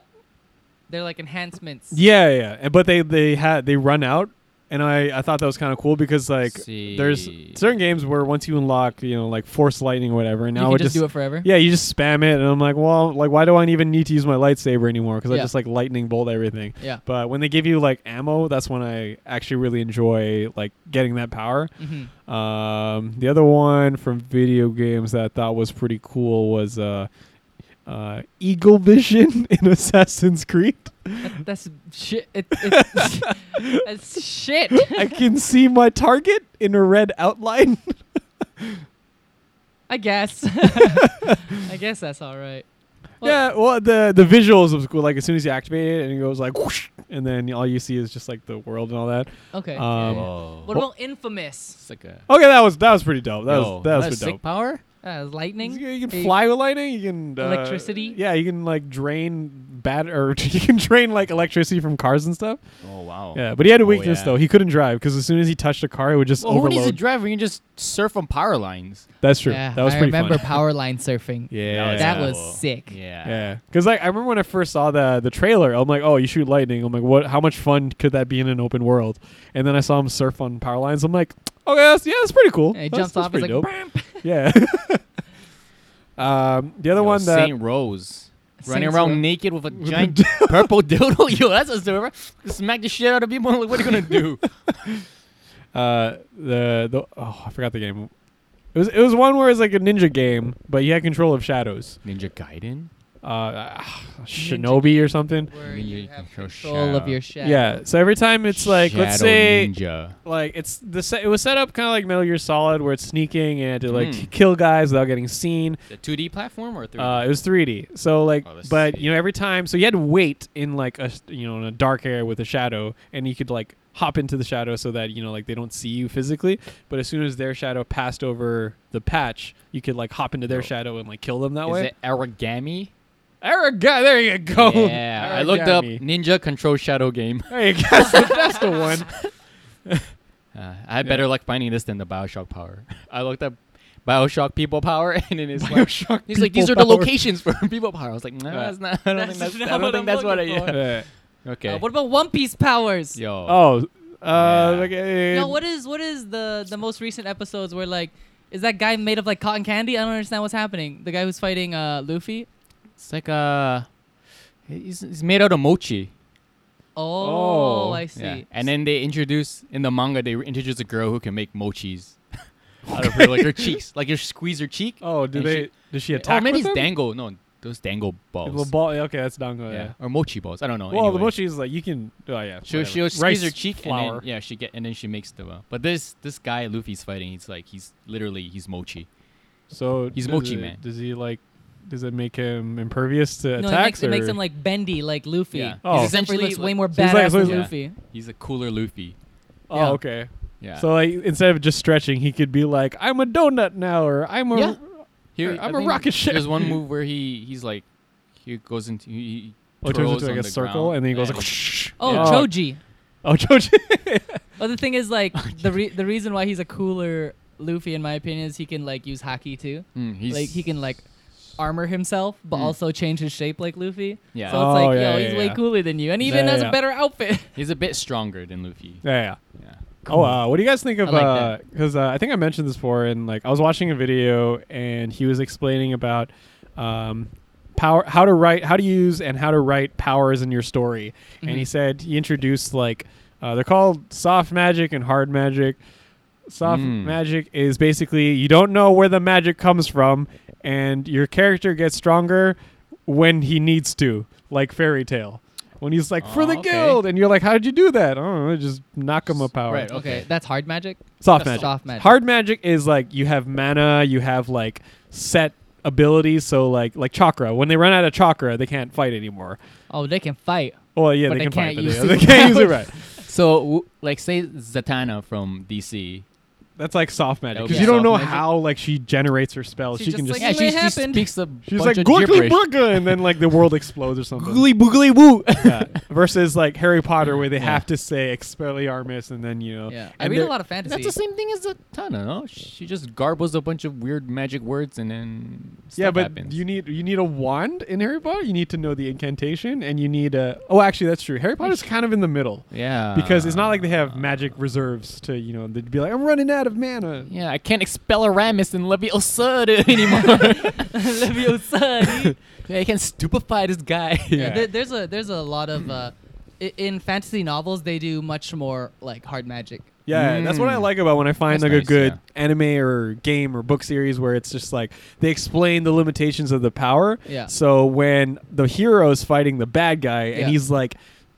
S4: they're like enhancements.
S3: yeah, yeah. And, but they they had they run out, and I I thought that was kind of cool because like there's
S2: See.
S3: certain games where once you unlock you know like force lightning or whatever, and
S4: you
S3: now
S4: can
S3: it
S4: just, do it forever.
S3: Yeah, you just spam it, and I'm like, well, like, why do I even need to use my lightsaber anymore? Because I
S4: Yeah.
S3: just like lightning bolt everything.
S4: Yeah.
S3: But when they give you like ammo, that's when I actually really enjoy like getting that power.
S4: hmm
S3: Um, the other one from video games that I thought was pretty cool was uh, uh, Eagle Vision in Assassin's Creed.
S4: That's shit. It, it's that's shit.
S3: I can see my target in a red outline.
S4: I guess. I guess that's all right.
S3: yeah, well, the the visuals was cool. Like as soon as you activate it, and it goes like, whoosh, and then all you see is just like the world and all that.
S4: Okay.
S3: Um,
S2: Whoa.
S4: what about Infamous?
S2: It's like a.
S3: Okay, that was that was pretty dope. That
S2: Yo,
S3: was that was
S2: that's
S3: pretty
S2: sick
S3: dope.
S2: power.
S4: Uh, lightning.
S3: You you
S4: Eh,
S3: can fly with lightning. You can uh,
S4: Electricity?
S3: Yeah, you can like drain bat or you can drain like electricity from cars and stuff.
S2: Oh wow.
S3: Yeah, but he had a
S2: Oh,
S3: weakness
S2: yeah.
S3: though. He couldn't drive because as soon as he touched a car, it would just
S2: Well, who needs a
S3: overload.
S2: driver? You can just surf on power lines.
S3: That's true.
S4: Yeah,
S3: that was
S4: I
S3: pretty
S4: remember
S3: fun.
S4: power line surfing.
S3: yeah,
S4: That
S2: Yeah.
S4: was sick.
S2: Yeah.
S3: Yeah, because like I remember when I first saw the the trailer, I'm like, oh, you shoot lightning. I'm like, what? How much fun could that be in an open world? And then I saw him surf on power lines. I'm like, okay, that's, yeah, that's pretty cool.
S4: And it
S3: That's-
S4: jumps off. It's
S3: that's
S4: like,
S3: pretty
S4: "Bramp."
S3: dope. yeah. um, the other
S2: Yo,
S3: one that
S2: Saint Rose. Running
S4: Saints
S2: around
S4: Row.
S2: naked with a giant purple dildo. Yo, that's a server. Smack the shit out of people. Like, what are you gonna do?
S3: uh the the oh I forgot the game. It was it was one where it's like a ninja game, but you had control of shadows.
S2: Ninja Gaiden.
S3: Uh, ah, Shinobi or something.
S4: Where
S2: Ninja
S4: you
S2: you
S4: have
S2: control
S4: control of
S2: shadow.
S4: your shadow.
S3: Yeah. So every time it's like let's
S2: Shadow
S3: say
S2: Ninja.
S3: like it's the se- it was set up kind of like Metal Gear Solid, where it's sneaking and to like
S2: Mm.
S3: kill guys without getting seen.
S2: The 2D platform or 3D?
S3: Uh, it was 3D, so like,
S2: Oh, that's
S3: but
S2: sick.
S3: you know every time, so you had to wait in like a s- you know in a dark area with a shadow, and you could like hop into the shadow so that you know like they don't see you physically, but as soon as their shadow passed over the patch, you could like hop into their
S2: Oh.
S3: shadow and like kill them that
S2: Is
S3: way.
S2: it origami?
S3: Eric, guy, there you go.
S2: Yeah, I looked up
S3: Origami.
S2: Ninja Control Shadow Game.
S3: There you go. That's the, that's the one.
S2: Uh, I had better luck finding this than the Bioshock Power. I looked up Bioshock People Power, and it is like,
S3: Bioshock
S2: he's like, these are
S3: People
S2: the
S3: Power."
S2: locations for People Power. I was like, no,
S3: Yeah.
S2: that's not. I don't
S4: That's
S2: think
S4: not
S2: that's. I don't
S4: what
S2: think
S4: I'm
S2: that's what I.
S4: looking for.
S2: Yeah.
S3: Yeah.
S2: Okay.
S4: Uh, what about One Piece powers?
S2: Yo.
S3: Oh, uh,
S2: Yeah.
S3: okay.
S4: No, what is what is the the most recent episodes where like is that guy made of like cotton candy? I don't understand what's happening. The guy who's fighting uh Luffy.
S2: It's like a. It's, it's made out of mochi.
S4: Oh,
S3: Oh,
S4: I see.
S2: Yeah. And then they introduce in the manga they introduce a girl who can make mochis out of her like her cheeks, like you squeeze her cheek.
S3: Oh, do
S2: and
S3: they?
S2: she-
S3: does she
S2: or
S3: attack?
S2: maybe
S3: with
S2: it's
S3: them?
S2: dango. No, those dango balls.
S3: Well, ball. Okay, that's dango.
S2: yeah.
S3: Yeah.
S2: or mochi balls. I don't know.
S3: Well, the
S2: anyway.
S3: mochi is like you can. Oh yeah.
S2: She'll,
S3: whatever.
S2: she'll squeeze
S3: Rice
S2: her cheek
S3: flour.
S2: and then, yeah, she get and then she makes the. Uh, but this this guy Luffy's fighting. He's like he's literally he's mochi.
S3: So
S2: He's
S3: does
S2: mochi
S3: it-
S2: man.
S3: Does he like? Does it make him impervious to
S4: no, it
S3: attacks?
S4: makes, it makes
S3: or-
S4: him like bendy, like Luffy.
S2: Yeah.
S3: Oh.
S4: He's essentially
S2: Essentially,
S4: looks
S2: like-
S4: way more
S3: So he's
S4: badass
S3: like- so
S4: than
S3: he's
S2: like-
S4: Luffy.
S2: He's a cooler Luffy.
S3: Oh
S4: yeah.
S3: okay.
S2: Yeah.
S3: So like instead of just stretching, he could be like, "I'm a donut now," or "I'm a."
S2: Yeah.
S3: I'm
S2: I
S3: a
S2: think
S3: rocket ship.
S2: There's one move where he he's like he goes into he, he
S3: Oh, it turns
S2: twirls
S3: into like
S2: on
S3: a
S2: the
S3: circle,
S2: ground
S3: and then he goes like.
S4: Oh,
S3: Yeah.
S4: Choji.
S3: oh, Joji.
S4: Well, the thing is, like, the re- the reason why he's a cooler Luffy, in my opinion, is he can like use hockey too.
S2: Mm, he's-
S4: like he can like armor himself, but
S2: Mm.
S4: also change his shape like Luffy.
S2: Yeah.
S4: So it's
S3: Oh,
S4: like,
S3: yeah,
S4: yo,
S3: yeah,
S4: he's way
S3: yeah.
S4: cooler than you, and he
S3: Yeah,
S4: even has
S3: yeah.
S4: a better outfit.
S2: He's a bit stronger than Luffy.
S3: yeah. yeah.
S2: Yeah.
S3: Oh, uh, what do you guys think of?
S4: I like
S3: uh
S4: that.
S3: 'cause uh, I think I mentioned this before, and like I was watching a video, and he was explaining about um, power, how to write, how to use, and how to write powers in your story. And he
S4: Mhm.
S3: said he introduced like uh, they're called soft magic and hard magic. Soft
S2: Mm.
S3: magic is basically you don't know where the magic comes from, and your character gets stronger when he needs to, like fairy tale. When he's like for
S2: Oh,
S3: the
S2: okay.
S3: guild, and you're like, "How did you do that?" I don't know, just knock him a power.
S2: Right, Okay.
S4: Okay, that's hard magic.
S3: Soft
S4: That's
S3: magic.
S4: soft magic.
S3: Hard magic is like you have mana, you have like set abilities. So like like chakra. When they run out of chakra, they can't fight anymore.
S4: Oh, they can fight.
S3: Well, yeah,
S4: But
S3: they,
S4: they
S3: can fight,
S4: can't
S3: but
S4: use
S3: they, they can't use it
S4: superpowers.
S3: right.
S2: So w- like say Zatanna from DC.
S3: That's like soft magic
S2: That would
S3: because
S2: be
S3: you don't
S2: soft
S3: know
S2: magic.
S3: how like she generates her spells.
S4: She's
S3: she can
S4: just
S3: just
S4: like-
S2: Yeah, she,
S4: It
S2: she
S4: happened.
S2: speaks a
S3: she's
S2: bunch
S3: like
S2: of
S3: googly
S2: gibberish.
S3: burga, and then like the world explodes or something.
S2: Googly boogly woo.
S3: Yeah. Versus like Harry Potter where they
S2: Yeah.
S3: have to say Expelliarmus and then you know.
S4: Yeah, I
S3: and
S4: read a
S3: they're-
S4: lot of fantasy.
S2: That's the same thing as Zatanna. No, she just garbles a bunch of weird magic words and then
S3: Yeah,
S2: stuff
S3: but
S2: happens.
S3: you need you need a wand in Harry Potter. You need to know the incantation, and you need a. Oh, actually, that's true. Harry Potter's kind of in the middle
S2: yeah,
S3: because it's not like they have magic reserves to you know they'd be like I'm running out of mana.
S2: Yeah, I can't expel Aramis and Leviosa anymore.
S4: Leviosa, dude.
S2: yeah, I can stupefy this guy.
S3: Yeah.
S4: There- there's a there's a lot of uh, i- in fantasy novels they do much more like hard magic.
S3: Yeah, that's what I
S2: Mm.
S3: like about when I find
S2: That's
S3: like
S2: nice,
S3: a good anime or game or book series where it's just like they explain the limitations of the power.
S4: Yeah.
S3: So when the hero is fighting the bad guy
S4: Yeah.
S3: and he's like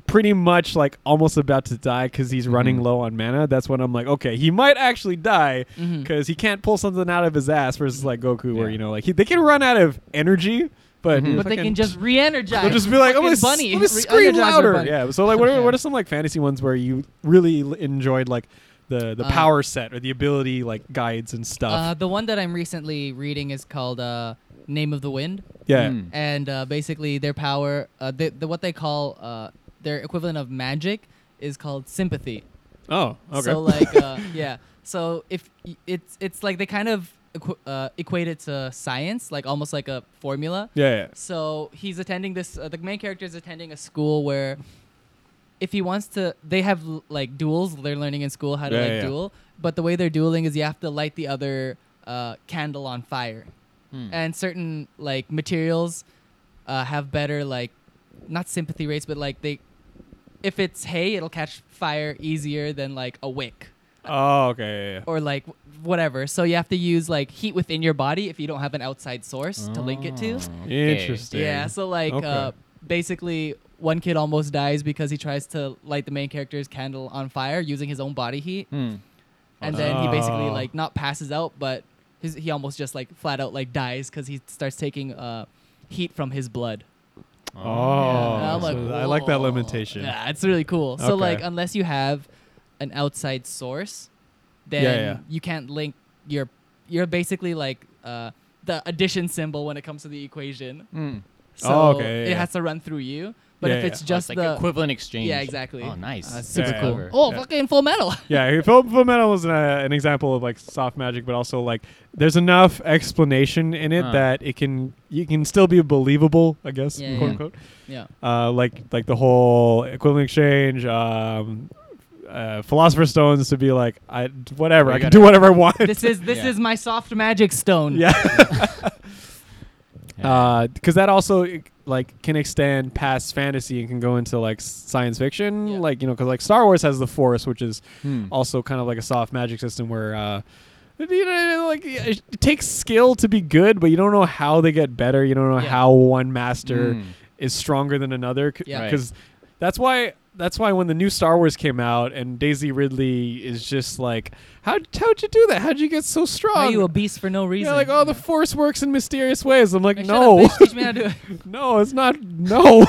S3: pretty much like almost about to die because he's running
S2: Mhm.
S3: low on mana, that's when I'm like, okay, he might actually die
S4: Mhm.
S3: because he can't pull something out of his ass versus like Goku where
S2: Mm-hmm. Yeah.
S3: you know like he, they can run out of energy. But
S2: Mhm.
S4: But they
S3: fucking-
S4: can just re-energize.
S3: They'll just be like, I'm
S4: fucking
S3: gonna, s-
S4: bunny.
S3: I'm gonna scream
S4: re-energize your
S3: louder.
S4: bunny.
S3: Yeah. So like, what are,
S4: Yeah.
S3: what are some like fantasy ones where you really l- enjoyed like the the
S4: Uh,
S3: power set or the ability like guides and
S4: Uh,
S3: stuff?
S4: the one that I'm recently reading is called uh, "Name of the Wind,"
S3: yeah.
S2: Mm.
S4: and uh, basically their power, uh, the, the what they call uh, their equivalent of magic, is called sympathy.
S3: Oh. Okay.
S4: So like, uh, yeah. So if y- it's it's like they kind of equ- uh, equate it to science, like almost like a formula.
S3: yeah. yeah.
S4: So he's attending this. Uh, the main character is attending a school where, if he wants to, they have l- like duels. They're learning in school how to
S3: Yeah,
S4: like
S3: yeah.
S4: duel. But the way they're dueling is you have to light the other uh, candle on fire, and certain like materials uh, have better like not sympathy rates, but like they, if it's hay, it'll catch fire easier than like a wick
S3: Oh. Okay. Yeah. yeah.
S4: or like wh- whatever. So you have to use like heat within your body if you don't have an outside source to link it to.
S2: Okay.
S3: Interesting.
S4: Yeah, so like
S3: Okay.
S4: uh, basically one kid almost dies because he tries to light the main character's candle on fire using his own body heat.
S2: Hmm.
S4: And then he basically
S3: Oh.
S4: like not passes out, but his, he almost just like flat out like dies because he starts taking uh, heat from his blood.
S3: Oh.
S4: And I'm
S3: so I like that
S4: "Whoa."
S3: limitation.
S4: Yeah, it's really cool.
S3: Okay.
S4: So like unless you have an outside source, then
S3: Yeah, yeah.
S4: you can't link your you're basically like uh, the addition symbol when it comes to the equation.
S2: Hmm.
S4: So
S3: Oh, okay, yeah,
S4: it
S3: yeah.
S4: has to run through you. But
S3: Yeah,
S4: if
S3: yeah.
S4: it's
S3: Oh, it's
S4: just
S2: like
S4: the
S2: equivalent exchange.
S4: yeah, exactly.
S2: Oh, nice.
S4: Uh, super
S3: Yeah, yeah.
S4: cool.
S2: Clever.
S4: Oh,
S3: Yeah.
S4: fucking Full Metal.
S3: Yeah, Full, Full Metal is an, uh, an example of like soft magic, but also like there's enough explanation in it
S2: Huh.
S3: that it can you can still be believable, I guess,
S4: Yeah,
S3: quote
S4: yeah.
S3: unquote.
S4: yeah.
S3: Uh, like like the whole equivalent exchange, um, uh, philosopher's stones to be like I whatever
S2: Well,
S3: I
S2: you
S3: can
S2: gotta-
S3: do whatever I want.
S4: This is this
S2: Yeah.
S4: is my soft magic stone.
S3: yeah,
S2: Yeah.
S3: because Uh, that also like can extend past fantasy and can go into like s- science fiction,
S4: Yeah.
S3: like you know, because like Star Wars has the Force, which is
S2: Hmm.
S3: also kind of like a soft magic system where uh you know like it takes skill to be good but you don't know how they get better you don't know
S4: Yeah.
S3: how
S4: Hmm.
S3: one master
S2: Mm.
S3: is stronger than another because
S4: Yeah.
S2: Right.
S3: that's why that's why when the new Star Wars came out and Daisy Ridley is just like how how'd you do that how'd you get so strong
S4: Are you a beast for no reason?
S3: You're like oh the force works in mysterious ways I'm like
S4: Like, shut up,
S3: no
S4: bitch, teach me how to do it.
S3: no it's not no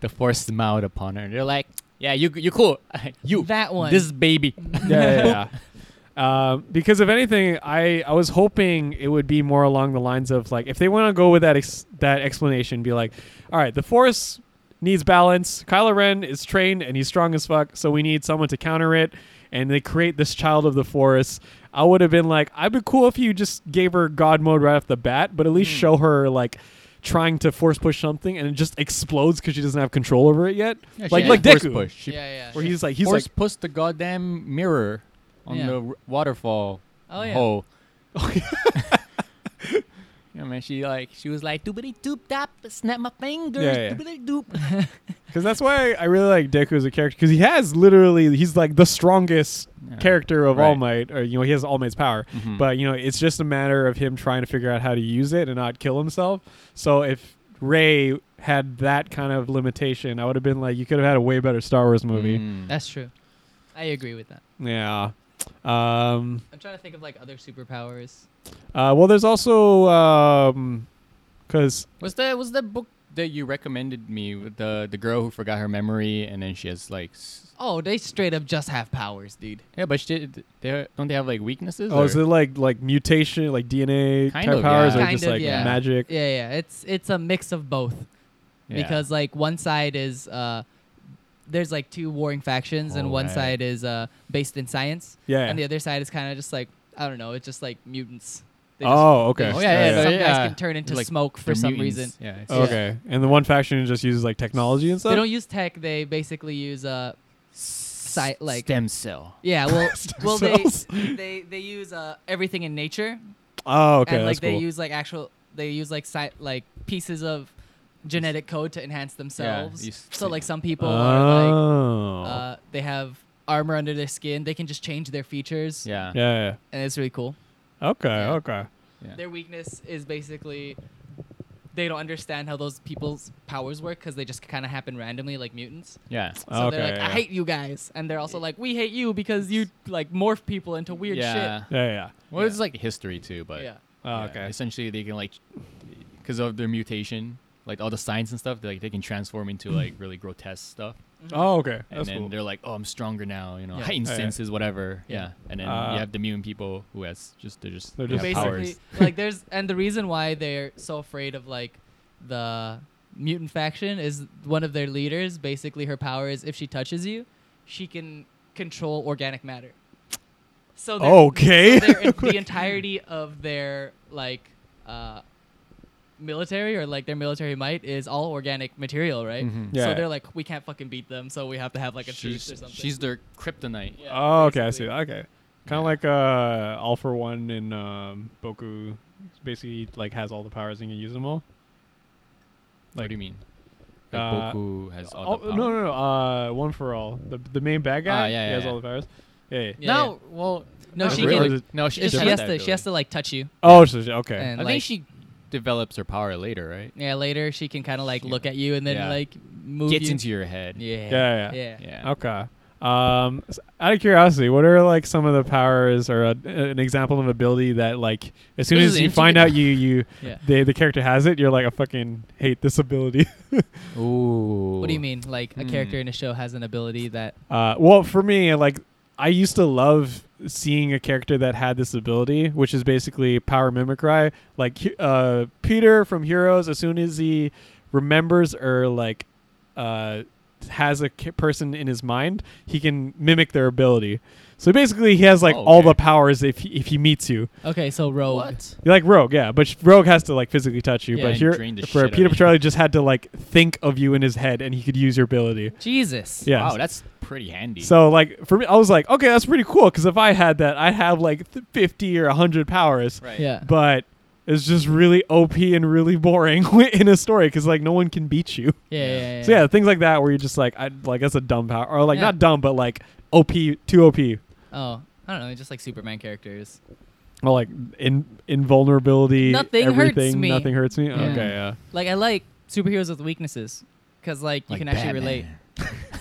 S2: The force smiled upon her. They're like, "Yeah, you you cool. you
S4: That one.
S2: This baby.
S3: yeah, yeah. yeah. Um, because if anything, I I was hoping it would be more along the lines of like if they want to go with that ex- that explanation, be like, all right, the force needs balance. Kylo Ren is trained and he's strong as fuck, so we need someone to counter it, and they create this child of the force. I would have been like, I'd be cool if you just gave her God mode right off the bat, but at least show her like trying to force push something and it just explodes because she doesn't have control over it yet.
S2: Yeah, she
S3: like
S2: did
S3: like
S2: force
S3: Deku,
S2: push. She
S4: yeah, yeah.
S3: where he's like he's
S2: force
S3: like
S2: pushed the goddamn mirror on
S4: Yeah.
S2: the r- waterfall
S4: Oh, yeah.
S2: hole. yeah, man. She like she was like doobity doop dap, snap my fingers,
S3: Yeah, yeah.
S2: doobity doop.
S3: Because that's why I really like Deku as a character. Because he has literally, he's like the strongest
S2: Yeah.
S3: character of All
S2: Right.
S3: Might. Or you know, he has All Might's power.
S2: Mhm.
S3: But you know, it's just a matter of him trying to figure out how to use it and not kill himself. So if Ray had that kind of limitation, I would have been like, you could have had a way better Star Wars movie.
S2: Mm.
S4: That's true. I agree with that.
S2: Hmm.
S3: Yeah. Um.
S4: I'm trying to think of like other superpowers.
S3: Uh. Well, there's also um. Because
S2: Was the was the book that you recommended me with the the girl who forgot her memory and then she has like s-
S4: Oh, they straight up just have powers, dude.
S2: yeah, but she did, they don't they have like weaknesses?
S3: oh, is
S2: or-
S3: it like like mutation, like DNA
S2: Kind
S3: type
S2: of,
S3: powers,
S2: yeah.
S3: or
S4: Kind
S3: just
S4: of,
S3: like
S4: yeah.
S3: magic?
S4: Yeah, yeah. It's it's a mix of both
S2: Yeah.
S4: because like one side is uh there's like two warring factions and
S2: Oh,
S4: one
S2: right.
S4: side is uh based in science
S3: Yeah.
S4: and the other side is kind of just like I don't know, it's just like mutants. They just-
S3: oh. Okay.
S2: Oh, yeah, yeah,
S4: Some
S2: yeah.
S4: guys can turn into
S2: Like,
S4: smoke for
S2: they're
S4: some
S2: mutants.
S4: reason.
S2: Yeah. it's-
S4: Oh,
S3: Okay, and the one faction just uses like technology and
S4: They
S3: stuff.
S4: don't use tech, they basically use uh sci- like
S2: stem cell.
S4: yeah, well, well they,
S3: cells.
S4: they they use uh everything in nature
S3: Oh, okay,
S4: and like
S3: that's
S4: they
S3: cool.
S4: use like actual they use like sci- like pieces of genetic code to enhance themselves.
S2: you s-
S4: so like some people are like
S3: oh,
S4: uh, they have armor under their skin. They can just change their features.
S2: Yeah.
S3: yeah,
S4: and it's really cool.
S3: yeah. Okay,
S4: Yeah.
S3: okay.
S2: Yeah.
S4: Their weakness is basically they don't understand how those people's powers work because they just kind of happen randomly, like mutants.
S2: Yeah.
S4: So they're
S3: Okay,
S4: like,
S3: yeah.
S4: I hate you guys, and they're also like, we hate you because you like morph people into weird
S2: yeah.
S3: Yeah, yeah.
S2: Well, it's like history too, but
S4: shit. Yeah.
S3: Oh,
S2: yeah,
S3: okay.
S2: Essentially, they can like because of their mutation, like all the science and stuff. They like they can transform into like really grotesque stuff,
S3: Oh, okay.
S2: and
S3: Mm. That's
S2: then
S3: cool.
S2: they're like, "Oh, I'm stronger now," you know,
S4: Yeah.
S2: heightened
S3: Yeah, yeah.
S2: senses, whatever. Yeah, and then
S3: Uh,
S2: you have the mutant people who has just they're just
S3: They're
S2: they
S3: just
S2: have
S4: basically
S2: powers.
S4: like there's and the reason why they're so afraid of like the mutant faction is one of their leaders basically her power is if she touches you she can control organic matter so they're-
S3: Okay.
S4: so they're- the entirety of their like uh military or like their military might is all organic material right
S3: Yeah.
S4: so they're like we can't fucking beat them so we have to have like a truce or
S2: She's,
S4: something
S2: she's their kryptonite.
S4: Yeah,
S3: Oh, okay. I see.
S4: basically.
S3: that. Okay.
S2: Yeah.
S3: Kind of like uh, All for One in um, Boku. Basically, like has all the powers and can use them all.
S2: what
S3: Like-
S2: do you mean? Like
S3: Uh,
S2: Boku has all
S3: Oh,
S2: the power.
S3: no, no, no. Uh, one for all. The the main bad guy.
S2: Ah, yeah,
S3: he
S2: yeah,
S3: has
S2: yeah.
S3: all the powers. Yeah. yeah.
S4: Yeah,
S2: no, well,
S4: No,
S2: not
S4: she
S2: really.
S3: can-
S2: no, Oh, she,
S4: she, she
S2: she
S4: has
S2: that
S4: to she has
S2: ability.
S4: to like touch you
S3: Oh, so, so- okay.
S4: and
S2: I
S4: like,
S2: think she develops her power later, right?
S4: Yeah, later she can kind of like
S2: She-
S4: look at you and then
S2: yeah.
S4: like move
S2: Gets
S4: you.
S2: into your head.
S4: yeah.
S3: Yeah, yeah.
S2: Yeah.
S3: Okay. Um, s- out of curiosity, what are like some of the powers or a, an example of ability that like as soon
S2: This
S3: as
S2: is
S3: you find out
S2: intimate.
S3: you you
S4: Yeah.
S3: the the character has it, you're like I fucking hate this ability.
S2: Ooh.
S4: What do you mean? Like a character
S2: Hmm.
S4: in a show has an ability that
S3: Uh, well, for me, like I used to love seeing a character that had this ability, which is basically power mimicry. Like he- uh, Peter from Heroes, as soon as he remembers or like uh, has a ki- person in his mind, he can mimic their ability. So basically, he has like
S2: Oh,
S3: all
S2: okay.
S3: the powers if he, if he meets you.
S4: okay, so rogue.
S2: What?
S3: You're like Rogue, yeah, but sh- Rogue has to like physically touch you.
S2: Yeah,
S3: but
S2: and
S3: here,
S2: drain the
S3: for
S2: shit
S3: Peter
S2: out of you.
S3: Petrelli, just had to like think of you in his head, and he could use your ability.
S4: Jesus.
S3: Yeah,
S2: Wow, that's pretty handy.
S3: so like for me, I was like, okay, that's pretty cool because if I had that, I'd have like th- fifty or hundred powers.
S2: right.
S4: Yeah.
S3: But it's just really OP and really boring in a story because like no one can beat you.
S4: Yeah. Yeah. yeah,
S3: So yeah, things like that where you're just like, I like that's a dumb power or like
S4: Yeah.
S3: not dumb but like OP too OP
S4: Oh, I don't know. Just like Superman characters.
S3: or like in invulnerability.
S4: Nothing hurts
S3: everything,
S4: me.
S3: Nothing hurts me.
S4: Yeah.
S3: Okay, yeah.
S4: Like I like superheroes with weaknesses, cause like you
S2: Like
S4: can actually relate.
S2: Batman.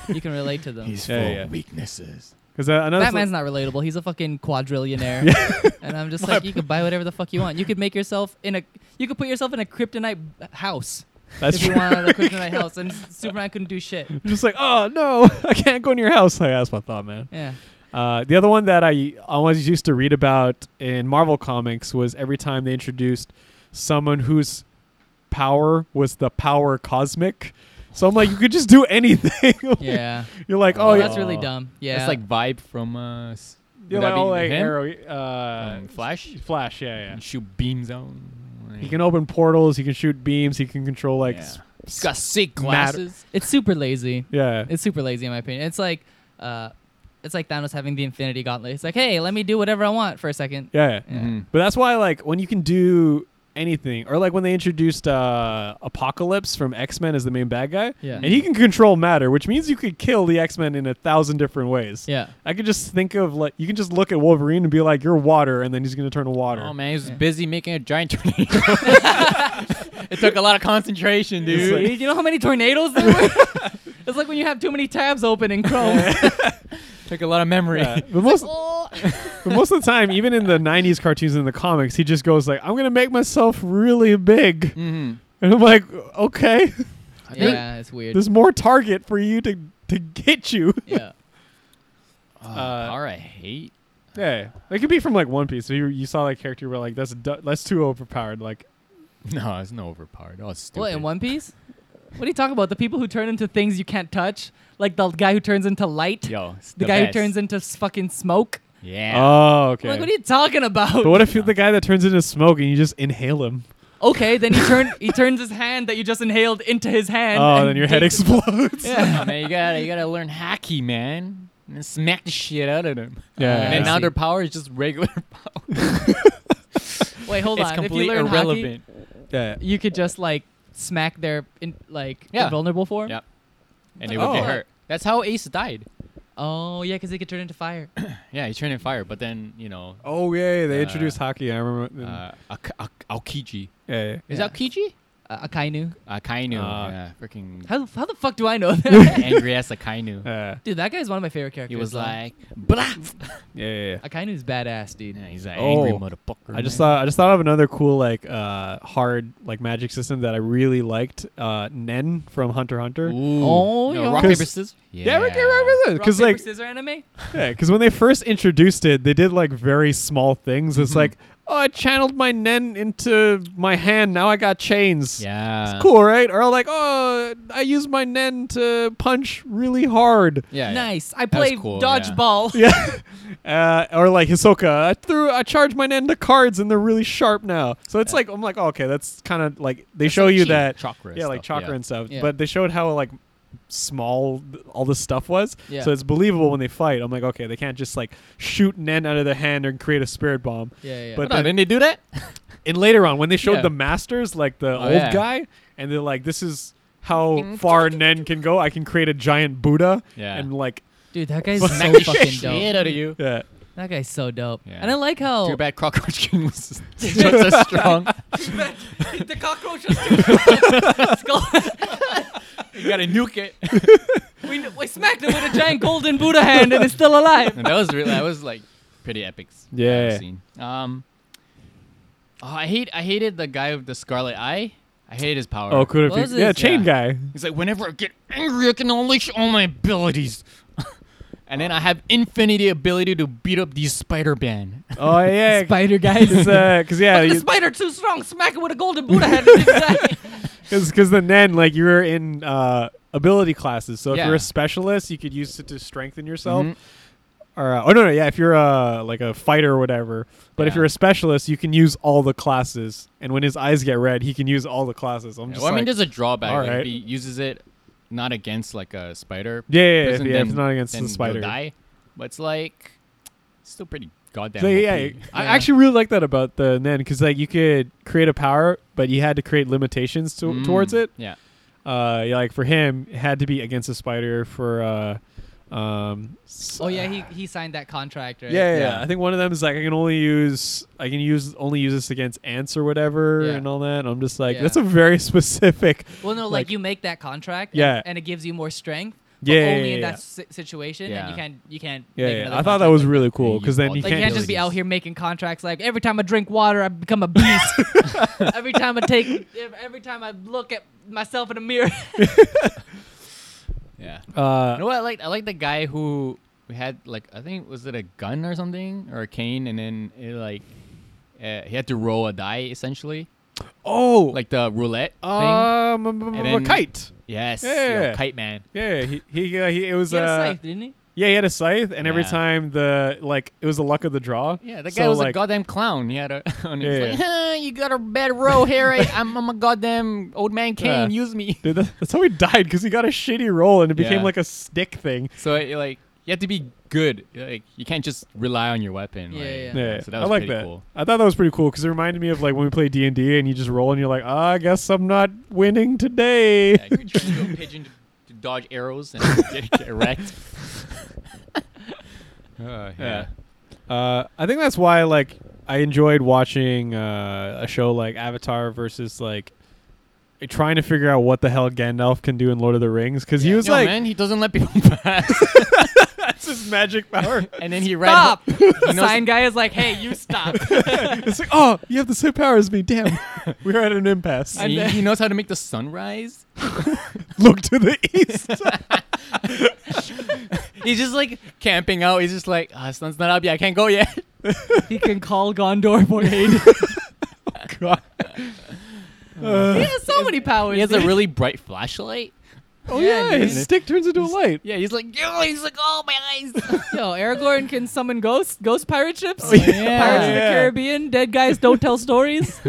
S4: You can relate to them.
S2: He's
S3: Yeah,
S2: full
S3: yeah.
S2: of weaknesses.
S3: Because uh, another
S4: Batman's not relatable. He's a fucking quadrillionaire. And I'm just like, you could buy whatever the fuck you want. You could make yourself in a, you could put yourself in a kryptonite house
S3: that's
S4: if you
S3: true.
S4: wanted a kryptonite house, and Superman couldn't do shit.
S3: just like oh no, I can't go in your house. Like that's my thought, man.
S4: Yeah.
S3: Uh, the other one that I always used to read about in Marvel comics was every time they introduced someone whose power was the power cosmic. So I'm like, you could just do anything.
S4: Yeah.
S3: You're like, oh,
S4: Oh,
S3: yeah.
S4: that's really dumb. Yeah.
S2: That's like vibe from uh, s-
S3: You're
S2: would that
S3: like, oh,
S2: be
S3: like
S2: him?
S3: Arrow, uh,
S2: From Flash?
S3: Flash, yeah,
S2: And shoot beams out.
S3: yeah. He can open portals. He can shoot beams. He can control like,
S2: Yeah.
S3: s-
S2: He's got sick
S3: matter-
S2: glasses.
S4: it's super lazy.
S3: yeah.
S4: It's super lazy in my opinion. It's like uh it's like Thanos having the Infinity Gauntlet. It's like, "Hey, let me do whatever I want for a second.
S3: yeah, yeah.
S4: Yeah.
S2: Mhm.
S3: But that's why, like, when you can do anything, or like when they introduced uh, Apocalypse from X Men as the main bad guy,
S4: Yeah.
S3: and he can control matter, which means you could kill the X Men in a thousand different ways.
S4: Yeah.
S3: I could just think of like you can just look at Wolverine and be like, "You're water," and then he's gonna turn to water.
S2: Oh man, he was
S4: Yeah.
S2: busy making a giant tornado. it took a lot of concentration,
S3: It's
S2: dude.
S3: like-
S4: you know how many tornadoes there were? it's like when you have too many tabs open in Chrome.
S2: took a lot of memory.
S3: Yeah. But most,
S4: Oh.
S3: but most of the time, even in the '90s cartoons and the comics, he just goes like, "I'm gonna make myself really big,"
S2: hmm
S3: and I'm like, "Okay,
S4: yeah, it's weird.
S3: there's more target for you to to get you."
S4: yeah.
S3: Uh,
S2: power I hate.
S3: Yeah, it could be from like One Piece. So you you saw like character where like that's du- that's too overpowered. Like
S2: No, it's no overpowered. Oh, it's stupid.
S4: What in One Piece? What are you talking about? The people who turn into things you can't touch, like the guy who turns into light,
S2: Yo, it's
S4: the, guy
S2: best.
S4: who turns into s- fucking smoke.
S2: Yeah.
S3: oh okay.
S4: Like, what are you talking about?
S3: but what if you're the guy that turns into smoke and you just inhale him?
S4: Okay, then he turn he turns his hand that you just inhaled into his hand.
S3: oh,
S4: and
S3: then your head
S4: takes it-
S3: explodes.
S2: yeah, Oh, man, you gotta you gotta learn hockey, man. And then smack the shit out of them.
S3: Yeah.
S2: and then
S4: I
S2: now
S4: see.
S2: their power is just regular power.
S4: Wait, hold
S2: it's
S4: on. If you
S2: completely
S4: learn hockey,
S2: irrelevant.
S3: yeah.
S4: you could just like smack their in, like
S2: Yeah.
S4: invulnerable form.
S2: Yeah. And they would get
S4: Oh.
S2: hurt. That's how Ace died.
S4: Oh yeah, because they could turn into fire.
S2: Yeah, he turned in fire, but then you know,
S3: Oh yeah, they
S2: Uh,
S3: introduced hockey. I remember.
S2: uh, Ak- Ak- Aokiji.
S3: yeah, yeah.
S2: Is
S4: Yeah.
S2: that Aokiji?
S4: uh, Akainu.
S2: Akainu.
S3: Uh,
S2: yeah, freaking
S4: How, how the fuck do I know that?
S2: angry ass Akainu.
S3: Uh,
S4: dude, that guy's one of my favorite characters.
S2: He was
S4: though.
S2: like, blah.
S3: yeah, yeah, yeah.
S4: Akainu's badass, dude.
S2: Yeah, he's an
S3: Oh.
S2: angry motherfucker.
S3: I just
S2: man.
S3: thought I just thought of another cool like uh hard like magic system that I really liked. Uh Nen from Hunter x Hunter.
S2: Ooh.
S4: Oh,
S2: no,
S4: yeah.
S2: rock
S3: 'Cause-
S2: paper scissors.
S3: Yeah, right there, right there.
S4: Rock,
S3: Because
S4: paper,
S3: like
S4: scissor anime.
S3: yeah, 'cause when they first introduced it, they did like very small things.
S2: Mm-hmm.
S3: It's like, oh, I channeled my Nen into my hand. Now I got chains.
S2: Yeah.
S3: It's cool, right? Or like, oh, I used my Nen to punch really hard.
S2: Yeah. yeah.
S4: Nice. I
S2: That was
S4: play
S2: cool, yeah.
S4: dodgeball.
S3: Yeah. Uh, or like Hisoka, I threw, I charged my Nen to cards, and they're really sharp now. So it's like, I'm like, oh, okay, that's kind of like they show
S2: like
S3: you
S2: chi,
S3: that
S2: chakra and
S3: yeah, like
S2: stuff,
S3: chakra
S2: yeah.
S3: and stuff.
S4: Yeah.
S3: But they showed how like small th- all this stuff was.
S4: Yeah.
S3: So it's believable when they fight. I'm like, okay, they can't just like shoot Nen out of their hand and create a spirit bomb.
S4: Yeah, yeah.
S3: But
S2: Hold on, didn't they do that?
S3: And later on, when they showed
S2: Yeah.
S3: the masters, like the
S2: Oh,
S3: old
S2: yeah.
S3: guy, and they're like, this is how far Nen can go. I can create a giant Buddha.
S2: Yeah.
S3: And like,
S4: dude, that guy's so
S2: Smack the
S4: fucking
S2: shit
S4: dope.
S2: out of you.
S3: yeah.
S4: That guy's so dope.
S2: Yeah.
S4: And I like how
S2: Too bad Cockroach King was just as strong.
S4: the cockroach just- skull.
S2: you gotta nuke it.
S4: we, we smacked him with a giant golden Buddha hand and it's still alive.
S2: And that was really that was like pretty epic. s- I've
S3: Yeah.
S2: seen. Um. oh, I hate I hated the guy with the scarlet eye. I hated his power.
S3: Oh, could
S4: What was
S3: have Yeah,
S4: this?
S3: chain guy.
S2: He's like, whenever I get angry, I can unleash all my abilities. and then I have infinity ability to beat up these Spider Man.
S3: Oh, yeah.
S4: Spider guys.
S3: Because, uh, yeah,
S4: the
S3: you-
S4: spider too strong. Smack it with a golden Buddha hand. and it's alive.
S3: Because the Nen, like you were in uh, ability classes, so if
S2: Yeah.
S3: you're a specialist, you could use it to strengthen yourself.
S2: Mm-hmm.
S3: Or uh, oh no, no, yeah, if you're uh, like a fighter or whatever. But if
S2: Yeah.
S3: you're a specialist, you can use all the classes. And when his eyes get red, he can use all the classes. I'm just
S2: well, I mean,
S3: like,
S2: there's a drawback.
S3: all
S2: like,
S3: right.
S2: If he uses it not against like a spider.
S3: yeah, yeah, yeah,
S2: person,
S3: yeah,
S2: then-
S3: it's not against
S2: then
S3: the
S2: he'll
S3: spider.
S2: Die, but it's like still pretty goddamn.
S3: So, yeah,
S2: OP.
S3: I
S4: Yeah.
S3: actually really like that about the Nen because like you could create a power, but you had to create limitations to-
S2: Mm,
S3: towards it.
S2: Yeah.
S3: Uh, yeah, like for him, it had to be against a spider. For uh, um,
S4: oh yeah, he, he signed that contract, right?
S3: Yeah, yeah,
S2: Yeah.
S3: yeah. I think one of them is like I can only use I can use only use this against ants or whatever
S4: Yeah.
S3: and all that. And I'm just like
S4: Yeah.
S3: that's a very specific.
S4: Well, no, like,
S3: Like-
S4: you make that contract. and-
S3: Yeah.
S4: And, it gives you more strength. But
S3: Yeah, yeah,
S4: only
S3: yeah,
S4: in
S3: yeah.
S4: that si- situation, and
S2: Yeah.
S4: you can't you can't.
S3: Yeah,
S4: make
S3: yeah.
S4: another
S3: I thought that
S4: contract
S3: was
S4: like
S3: really cool
S2: you
S3: because then
S2: all
S3: you
S2: the
S4: Like you
S3: can't.
S4: can't
S3: Just
S4: just be
S2: abilities.
S4: out here making contracts like every time I drink water I become a beast. every time I take every time I look at myself in the mirror.
S2: Yeah. You
S3: uh,
S2: know what I like? I like the guy who had like I think was it a gun or something or a cane, and then it like uh, he had to roll a die essentially,
S3: oh, like
S2: like the roulette thing.
S3: um, um, um,
S2: And
S3: a
S2: then-
S3: kite.
S2: Yes,
S3: yeah.
S2: yo, kite man.
S3: Yeah, he he, uh, he it was
S4: He had a
S3: uh,
S4: scythe, didn't he?
S3: yeah he had a scythe, and every
S2: Yeah.
S3: time the like it was the luck of the draw.
S2: Yeah, that
S3: So,
S2: guy was a
S3: like,
S2: goddamn clown. He had a. and it's
S3: Yeah,
S2: like,
S3: yeah.
S2: "Huh, you got a bad roll here. I, I'm, I'm a goddamn old man
S3: Yeah.
S2: cane. Use me.
S3: Dude, that- that's how he died because he got a shitty roll and it became
S2: Yeah.
S3: like a stick thing.
S2: So it, like you have to be good. Like you can't just rely on your weapon. like-
S4: Yeah, yeah.
S3: Yeah,
S2: So that was
S3: I like
S2: pretty
S3: that.
S2: cool.
S3: I thought that was pretty cool because it reminded me of like when we play D and D and you just roll and you're like, ah, I guess I'm not winning today.
S2: Yeah, you're trying to go pigeon to, to dodge arrows and get, get wrecked. Uh, yeah.
S3: Uh, I think that's why like I enjoyed watching uh, a show like Avatar versus like trying to figure out what the hell Gandalf can do in Lord of the Rings because he was
S2: Yo,
S3: like,
S2: man, he doesn't let people pass.
S3: that's his magic power.
S2: and then he read.
S4: Stop!
S2: knows-
S4: Sign guy is like, hey, you stop.
S3: it's like, oh, you have the same power as me. Damn, we're at an impasse.
S2: He, he knows how to make the sunrise.
S3: Look to the east.
S2: He's just like camping out. He's just like, ah, sun's not up yet. I can't go yet.
S4: he can call Gondor for aid.
S3: God.
S4: he
S3: Uh,
S4: has so many powers.
S2: He has a
S4: dude.
S2: really bright flashlight.
S3: oh
S4: Yeah,
S3: yeah, his
S4: dude.
S3: stick turns into a light.
S2: Yeah, he's like, yo, he's like, oh my eyes.
S4: Yo, Aragorn can summon ghosts, ghost pirate ships,
S3: Oh, yeah.
S4: pirates of the
S3: Yeah.
S4: Caribbean, dead guys don't tell stories.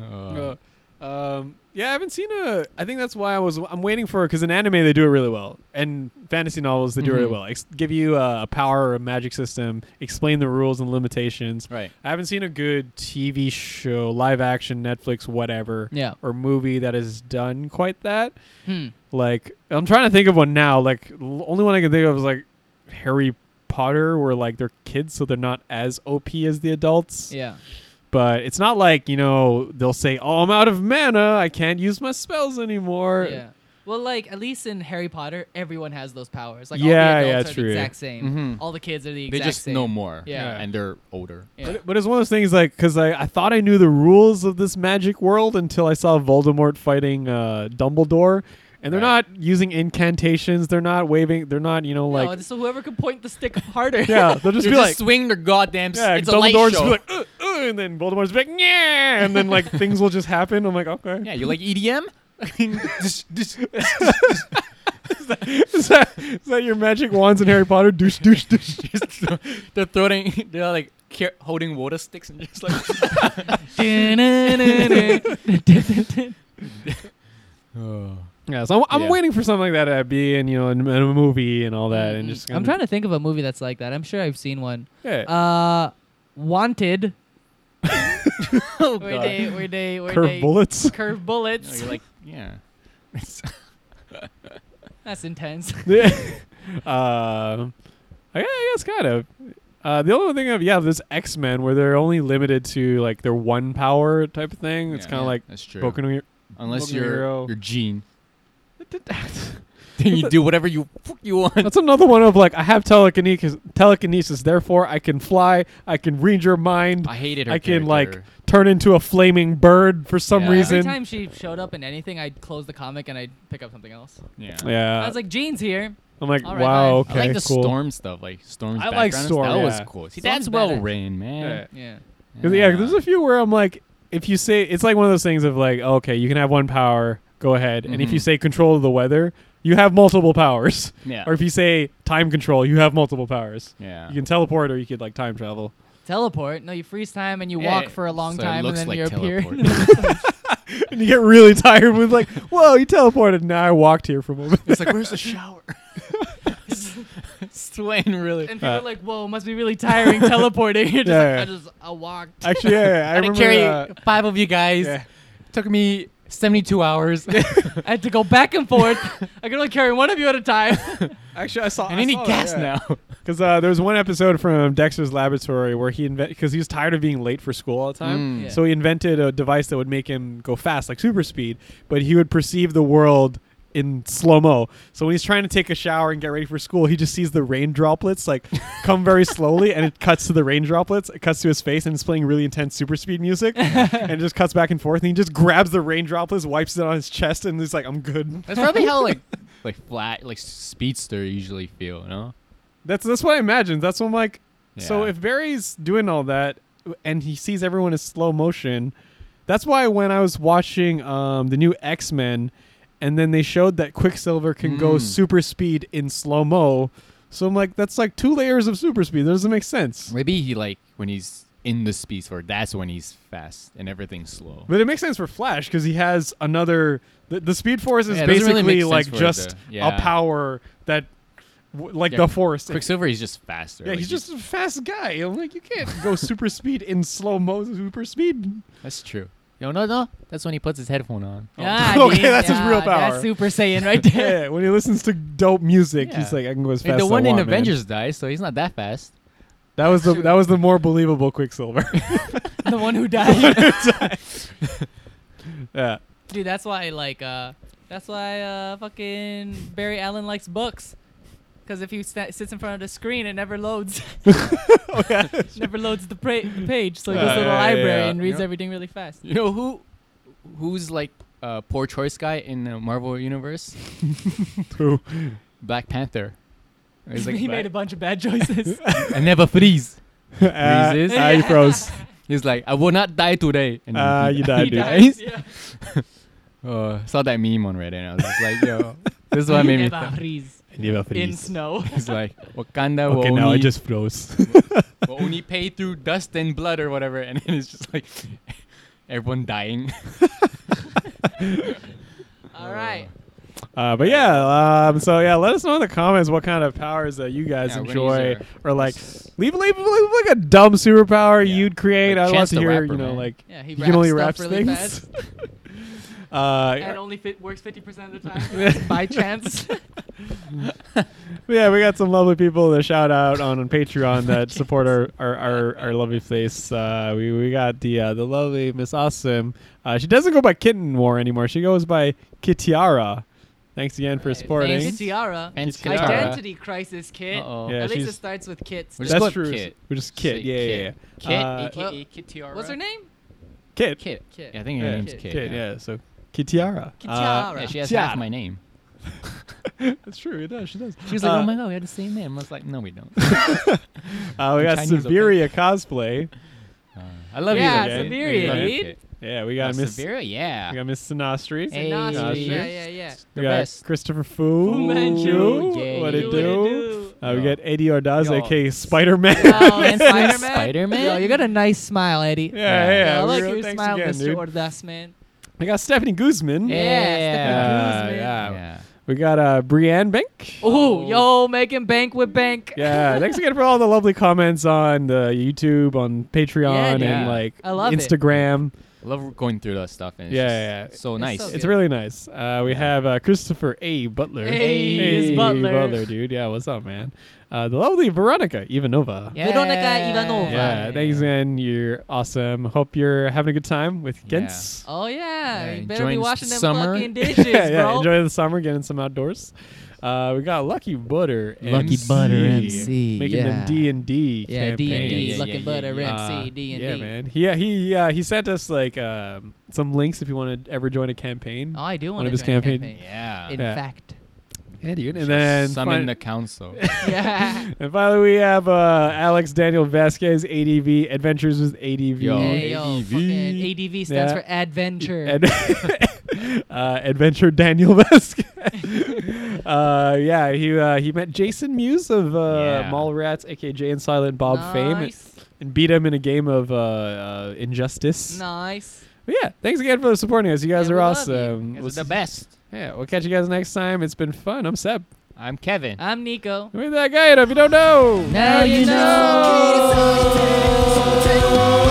S3: Uh, um, yeah, I haven't seen a. I think that's why I was. I'm waiting for because in anime they do it really well, and fantasy novels they do it
S2: Mhm.
S4: Mm-hmm.
S3: really well. Ex- give you uh, a power or a magic system, explain the rules and limitations.
S2: right.
S3: I haven't seen a good TV show, live action, Netflix, whatever,
S4: yeah.
S3: or movie that has done quite that.
S4: Hmm.
S3: Like I'm trying to think of one now. Like l- only one I can think of is like Harry Potter, where like they're kids, so they're not as OP as the adults.
S4: Yeah.
S3: But it's not like, you know, they'll say, oh, I'm out of mana. I can't use my spells anymore.
S4: Yeah. Well, like at least in Harry Potter, everyone has those powers. Like
S3: Yeah,
S4: all the
S3: yeah,
S4: adults are
S3: true.
S4: the exact same. All the kids are the
S2: Mm-hmm. They
S4: exact
S2: just
S4: same.
S2: know more.
S4: Yeah.
S2: And they're older.
S4: Yeah.
S3: But it's one of those things like, because I, I thought I knew the rules of this magic world until I saw Voldemort fighting uh, Dumbledore. And they're
S2: Right.
S3: not using incantations. They're not waving. They're not, you know, like.
S4: no, Oh, so whoever can point the stick harder.
S3: yeah, they'll just
S2: Just,
S3: be like.
S2: swing their goddamn. s-
S3: Yeah,
S2: it's a light
S3: Dumbledore's just
S2: show.
S3: be like, uh, uh, and then Voldemort's be like, yeah, and then like things will just happen. I'm like, okay.
S2: yeah, you like EDM? Just- just-
S3: is, that, is that your magic wands in Harry Potter? Douche, douche, douche.
S2: they're throwing. They're like car- holding water sticks and just like.
S3: Yeah, so I'm, I'm
S2: Yeah.
S3: waiting for something like that to be in you know in, in a movie and all that,
S2: Mm-hmm.
S3: and just
S4: I'm trying to think of a movie that's like that. I'm sure I've seen one.
S3: yeah.
S4: Uh, Wanted.
S2: oh
S4: Where they, where they, where
S3: curve
S4: they
S3: bullets.
S4: curve
S2: No,
S4: bullets.
S2: you're like yeah.
S4: that's intense.
S3: Yeah. uh, I guess, I guess kind of. Uh, the only thing of yeah, this X Men where they're only limited to like their one power type of thing. It's
S2: Yeah.
S3: kind of like
S2: That's true.
S3: Boku no
S2: Unless
S3: Boku no
S2: you're
S3: Hero.
S2: you're Gene,
S3: Hero-
S2: then you do whatever you fuck you want.
S3: That's another one of like I have telekinesis, telekinesis, therefore I can fly, I can read your mind,
S2: I hated her.
S3: I can like
S2: character.
S3: turn into a flaming bird for some
S2: Yeah.
S4: Every
S3: reason.
S4: time she showed up in anything, I'd close the comic and I'd pick up something else.
S2: yeah.
S3: yeah,
S4: I was like, Jean's here.
S3: I'm like,
S4: all right,
S3: wow,
S4: bye.
S3: okay,
S2: I like the
S3: cool.
S2: storm stuff, like storm's
S3: I like
S2: background and
S3: Storm,
S2: stuff. That
S3: yeah.
S2: was cool. See,
S4: Storm's
S2: that's well
S4: better.
S2: written, man.
S4: Yeah.
S3: Cause, yeah, there's a few where I'm like, if you say it's like one of those things of like, oh, okay, you can have one power, go ahead, and if you
S2: Mhm.
S3: say control of the weather, you have multiple powers.
S2: yeah.
S3: Or if you say time control, you have multiple powers.
S2: yeah.
S3: You can teleport, or you could like time travel.
S4: Teleport. No, you freeze time and you
S2: Yeah,
S4: walk for a long
S2: so it
S4: time and
S2: looks
S4: then
S2: like
S4: you appear.
S2: teleport.
S3: and you get really tired with like, whoa, you teleported. Now I walked here for a moment.
S2: it's like where's the shower? Swain really.
S4: and people
S3: Uh,
S4: are like, "Whoa, must be really tiring teleporting." You're just
S3: Yeah,
S4: like,
S3: yeah.
S4: I just I walked.
S3: Actually, yeah, yeah, I
S2: I had to
S3: remember.
S2: carry
S3: uh,
S2: five of you guys.
S3: yeah.
S2: Took me 72 hours. and
S4: I had to go back and forth. I can only carry one of you at a time.
S3: Actually, I saw.
S2: I need gas now.
S3: Because uh, there was one episode from Dexter's Laboratory where he invented because he was tired of being late for school all the time,
S2: Mm.
S4: Yeah.
S3: so he invented a device that would make him go fast, like super speed. But he would perceive the world in slow mo. So when he's trying to take a shower and get ready for school, he just sees the rain droplets like come very slowly, and it cuts to the rain droplets. It cuts to his face, and it's playing really intense super speed music, and it just cuts back and forth. And he just grabs the rain droplets, wipes it on his chest, and he's like, "I'm good."
S2: That's probably how like like flat like speedster usually feel, you know?
S3: That's that's what I imagined. That's what I'm like. So
S2: Yeah.
S3: if Barry's doing all that and he sees everyone in slow motion, that's why when I was watching um, the new X Men, and then they showed that Quicksilver can go
S2: Mm.
S3: super speed in slow mo. So I'm like, that's like two layers of super speed. That doesn't make sense.
S2: Maybe he like when he's in the speed sport, that's when he's fast and everything's slow.
S3: But it makes sense for Flash because he has another. The, the Speed Force is
S2: Yeah, it doesn't really
S3: basically
S2: make
S3: like
S2: sense for it
S3: just
S2: to- yeah.
S3: a power that, w- like
S2: Yeah,
S3: the Force.
S2: Quicksilver is just faster.
S3: Yeah,
S2: like,
S3: he's just a fast guy. I'm like, you can't go super speed in slow mo super speed.
S2: That's true. Yo, no, no. That's when he puts his headphone on.
S4: Yeah,
S3: Okay,
S4: dude,
S3: that's his
S4: yeah,
S3: real power.
S4: That's Super Saiyan right there.
S3: Yeah, when he listens to dope music, he's
S2: Yeah.
S3: like, I can go as fast
S2: Like, the
S3: as
S2: one
S3: I
S2: in
S3: want, man.
S2: Avengers dies, so he's not that fast.
S3: That was the that was the more believable Quicksilver.
S4: the one who died.
S3: yeah.
S4: dude, that's why like uh, that's why uh, fucking Barry Allen likes books. Because if he sta- sits in front of the screen, it never loads. never loads the, pra- the page. So he
S3: Yeah,
S4: goes to
S3: yeah,
S4: the
S3: yeah,
S4: library
S3: yeah.
S4: and reads
S2: Yeah.
S4: everything really fast.
S2: You know who who's like uh, poor choice guy in the Marvel universe?
S3: Who?
S2: Black Panther. He's
S4: he made a
S2: "Black-
S4: bunch of bad choices.
S2: I never freeze.
S3: Ah,
S2: Freezes.
S3: ah, you froze.
S2: He's like, I will not die today. And then
S3: Ah,
S2: he
S3: you
S2: died.
S3: died,
S4: He
S3: dude.
S4: dies, yeah.
S2: Uh, saw that meme on Reddit, and I was just like, yo, this is what made me.
S4: Eva
S2: think.
S4: Rees
S3: Never
S4: in
S3: freeze.
S4: snow.
S2: It's like Wakanda
S3: Okay,
S2: will,
S3: now I
S2: only,
S3: just froze.
S2: will only pay through dust and blood or whatever, and then it's just like everyone dying.
S4: All right.
S3: Uh, but yeah, um, so yeah, let us know in the comments what kind of powers that you guys
S2: Yeah, we're gonna
S3: enjoy
S2: use
S3: or like leave, leave leave like a dumb superpower
S2: Yeah.
S3: you'd create.
S2: Like
S3: I'd love
S2: Chance
S3: to
S2: the
S3: hear
S2: Rapper,
S3: you know
S2: man.
S3: like
S4: Yeah,
S3: he
S4: he,
S3: can only
S4: wraps
S3: rap
S4: stuff really
S3: things.
S4: fast.
S3: uh,
S4: and only fit works 50% of the time by chance.
S3: but yeah, we got some lovely people to shout out on, on Patreon that support our, our, our, our lovely place. Uh, we, we got the uh, the lovely Miss Awesome. Uh, she doesn't go by Kitten War anymore. She goes by Kitiara. Thanks again for supporting.
S4: Thanks, Tiara.
S2: Thanks,
S3: Tiara.
S4: Identity crisis, kid.
S2: Uh-oh.
S3: Yeah,
S4: At least it
S3: she's-
S4: starts with kits.
S2: We're just
S3: That's
S2: going
S3: true.
S2: Kit.
S3: We're just Kit.
S2: Say
S3: Yeah, yeah, yeah.
S2: Kit. Kit,
S3: Uh,
S2: aka
S4: well,
S2: Kit Tiara.
S4: What's her name?
S3: Kit.
S2: Kit.
S4: Kit.
S2: Yeah, I think her
S3: Yeah.
S2: name's
S4: Kit.
S2: Kit.
S3: Kit, yeah. So Kitiara.
S4: Kitiara.
S2: Yeah, she has
S3: Tiara.
S2: half my name.
S3: Uh, that's true. It does. She does.
S2: She was like,
S3: Uh,
S2: "Oh my god, we have the same name." I was like, "No, we don't."
S3: Uh, we got
S2: Chinese, okay.
S3: Severia cosplay.
S2: I love
S4: Yeah,
S2: you. though, dude.
S4: Siberia,
S2: Love you,
S4: dude.
S2: Kit.
S3: Yeah, we
S2: Oh,
S3: got Miss.
S2: Siberia, yeah.
S3: We got Miss Sinastri.
S2: Hey.
S4: Sinastri.
S3: Sinastri.
S4: Yeah, yeah, yeah.
S3: We
S2: The
S3: got
S2: best.
S3: Christopher Fu.
S4: Fu Manchu.
S2: Yeah,
S3: what
S2: yeah,
S3: it
S2: yeah.
S3: do? Uh, we
S2: Yo.
S3: got Eddie Ordaz,
S2: Yo.
S3: aka Spider Man.
S4: Oh,
S2: and
S4: and
S2: Spider-Man.
S4: Spider-Man.
S2: Spider-Man?
S4: Yo, you got a nice smile, Eddie.
S3: yeah, yeah.
S4: I like
S3: real-
S4: your
S3: thanks
S4: smile,
S3: again,
S4: Mr.
S3: dude.
S4: Ordas, man.
S3: We got Stephanie Guzman.
S2: Yeah,
S4: Stephanie Guzman.
S3: yeah.
S2: yeah.
S3: We got uh, Brianne Bank.
S4: Oh, yo, making bank with bank.
S3: Yeah, thanks again for all the lovely comments on the YouTube, on Patreon,
S4: dude.
S3: and like
S4: I love it.
S3: Instagram.
S2: I love going through that stuff. And it's
S3: Yeah,
S2: just
S3: yeah, yeah.
S2: so
S4: It's
S2: nice.
S4: so
S3: It's
S4: good.
S3: really nice. Uh, we have uh, Christopher A. Butler.
S4: Hey, it's Butler.
S3: dude. Yeah, what's up, man? Uh, the lovely Veronica Ivanova.
S2: Yeah.
S4: Veronica Ivanova.
S3: Yeah, thanks, man. You're awesome. Hope you're having a good time with
S2: Yeah.
S3: Gens.
S4: Oh yeah,
S2: Yeah,
S4: you better be
S2: enjoying
S4: washing them
S2: summer.
S4: fucking dishes,
S3: yeah, yeah.
S4: bro.
S3: Enjoy the summer, getting some outdoors. Uh, we got Lucky Butter,
S2: Lucky
S3: MC,
S2: Butter MC,
S3: making
S2: yeah.
S3: them D and D
S4: yeah, D and
S2: Yeah,
S4: D,
S2: yeah,
S4: looking
S2: yeah,
S4: butter,
S2: yeah,
S4: MC, D
S3: Uh, Yeah,
S4: and D.
S3: man. He he uh, he sent us like um, some links if you want to ever join a campaign.
S4: Oh, I do
S3: One
S4: want
S3: of
S4: to
S3: his
S4: join a
S3: campaign-
S4: campaign.
S2: yeah.
S4: In
S3: Yeah.
S4: fact,
S3: yeah, dude.
S2: Just
S3: And then
S2: summon
S3: fin-
S2: the council.
S4: yeah.
S3: And finally, we have uh, Alex Daniel Vasquez, ADV Adventures with ADV.
S2: Yo.
S4: Hey, yo,
S2: ADV.
S4: fucking ADV stands
S3: Yeah.
S4: for adventure.
S3: Ad- uh, Adventure Daniel Vasquez. uh, yeah, he uh, he met Jason Muse of uh,
S2: Yeah.
S3: Mallrats, aka Jay and Silent Bob fame, and,
S4: nice.
S3: and beat him in a game of uh, uh, Injustice.
S4: Nice.
S3: But yeah, thanks again for supporting us. You guys
S4: Yeah,
S3: are
S4: we love you.
S3: awesome.
S2: It's
S3: We'll s-
S2: the best.
S3: yeah, we'll catch you guys next time. It's been fun. I'm Seb.
S2: I'm Kevin.
S4: I'm Nico.
S3: We're that guy. and If you don't know.
S4: Now you know.
S1: その手を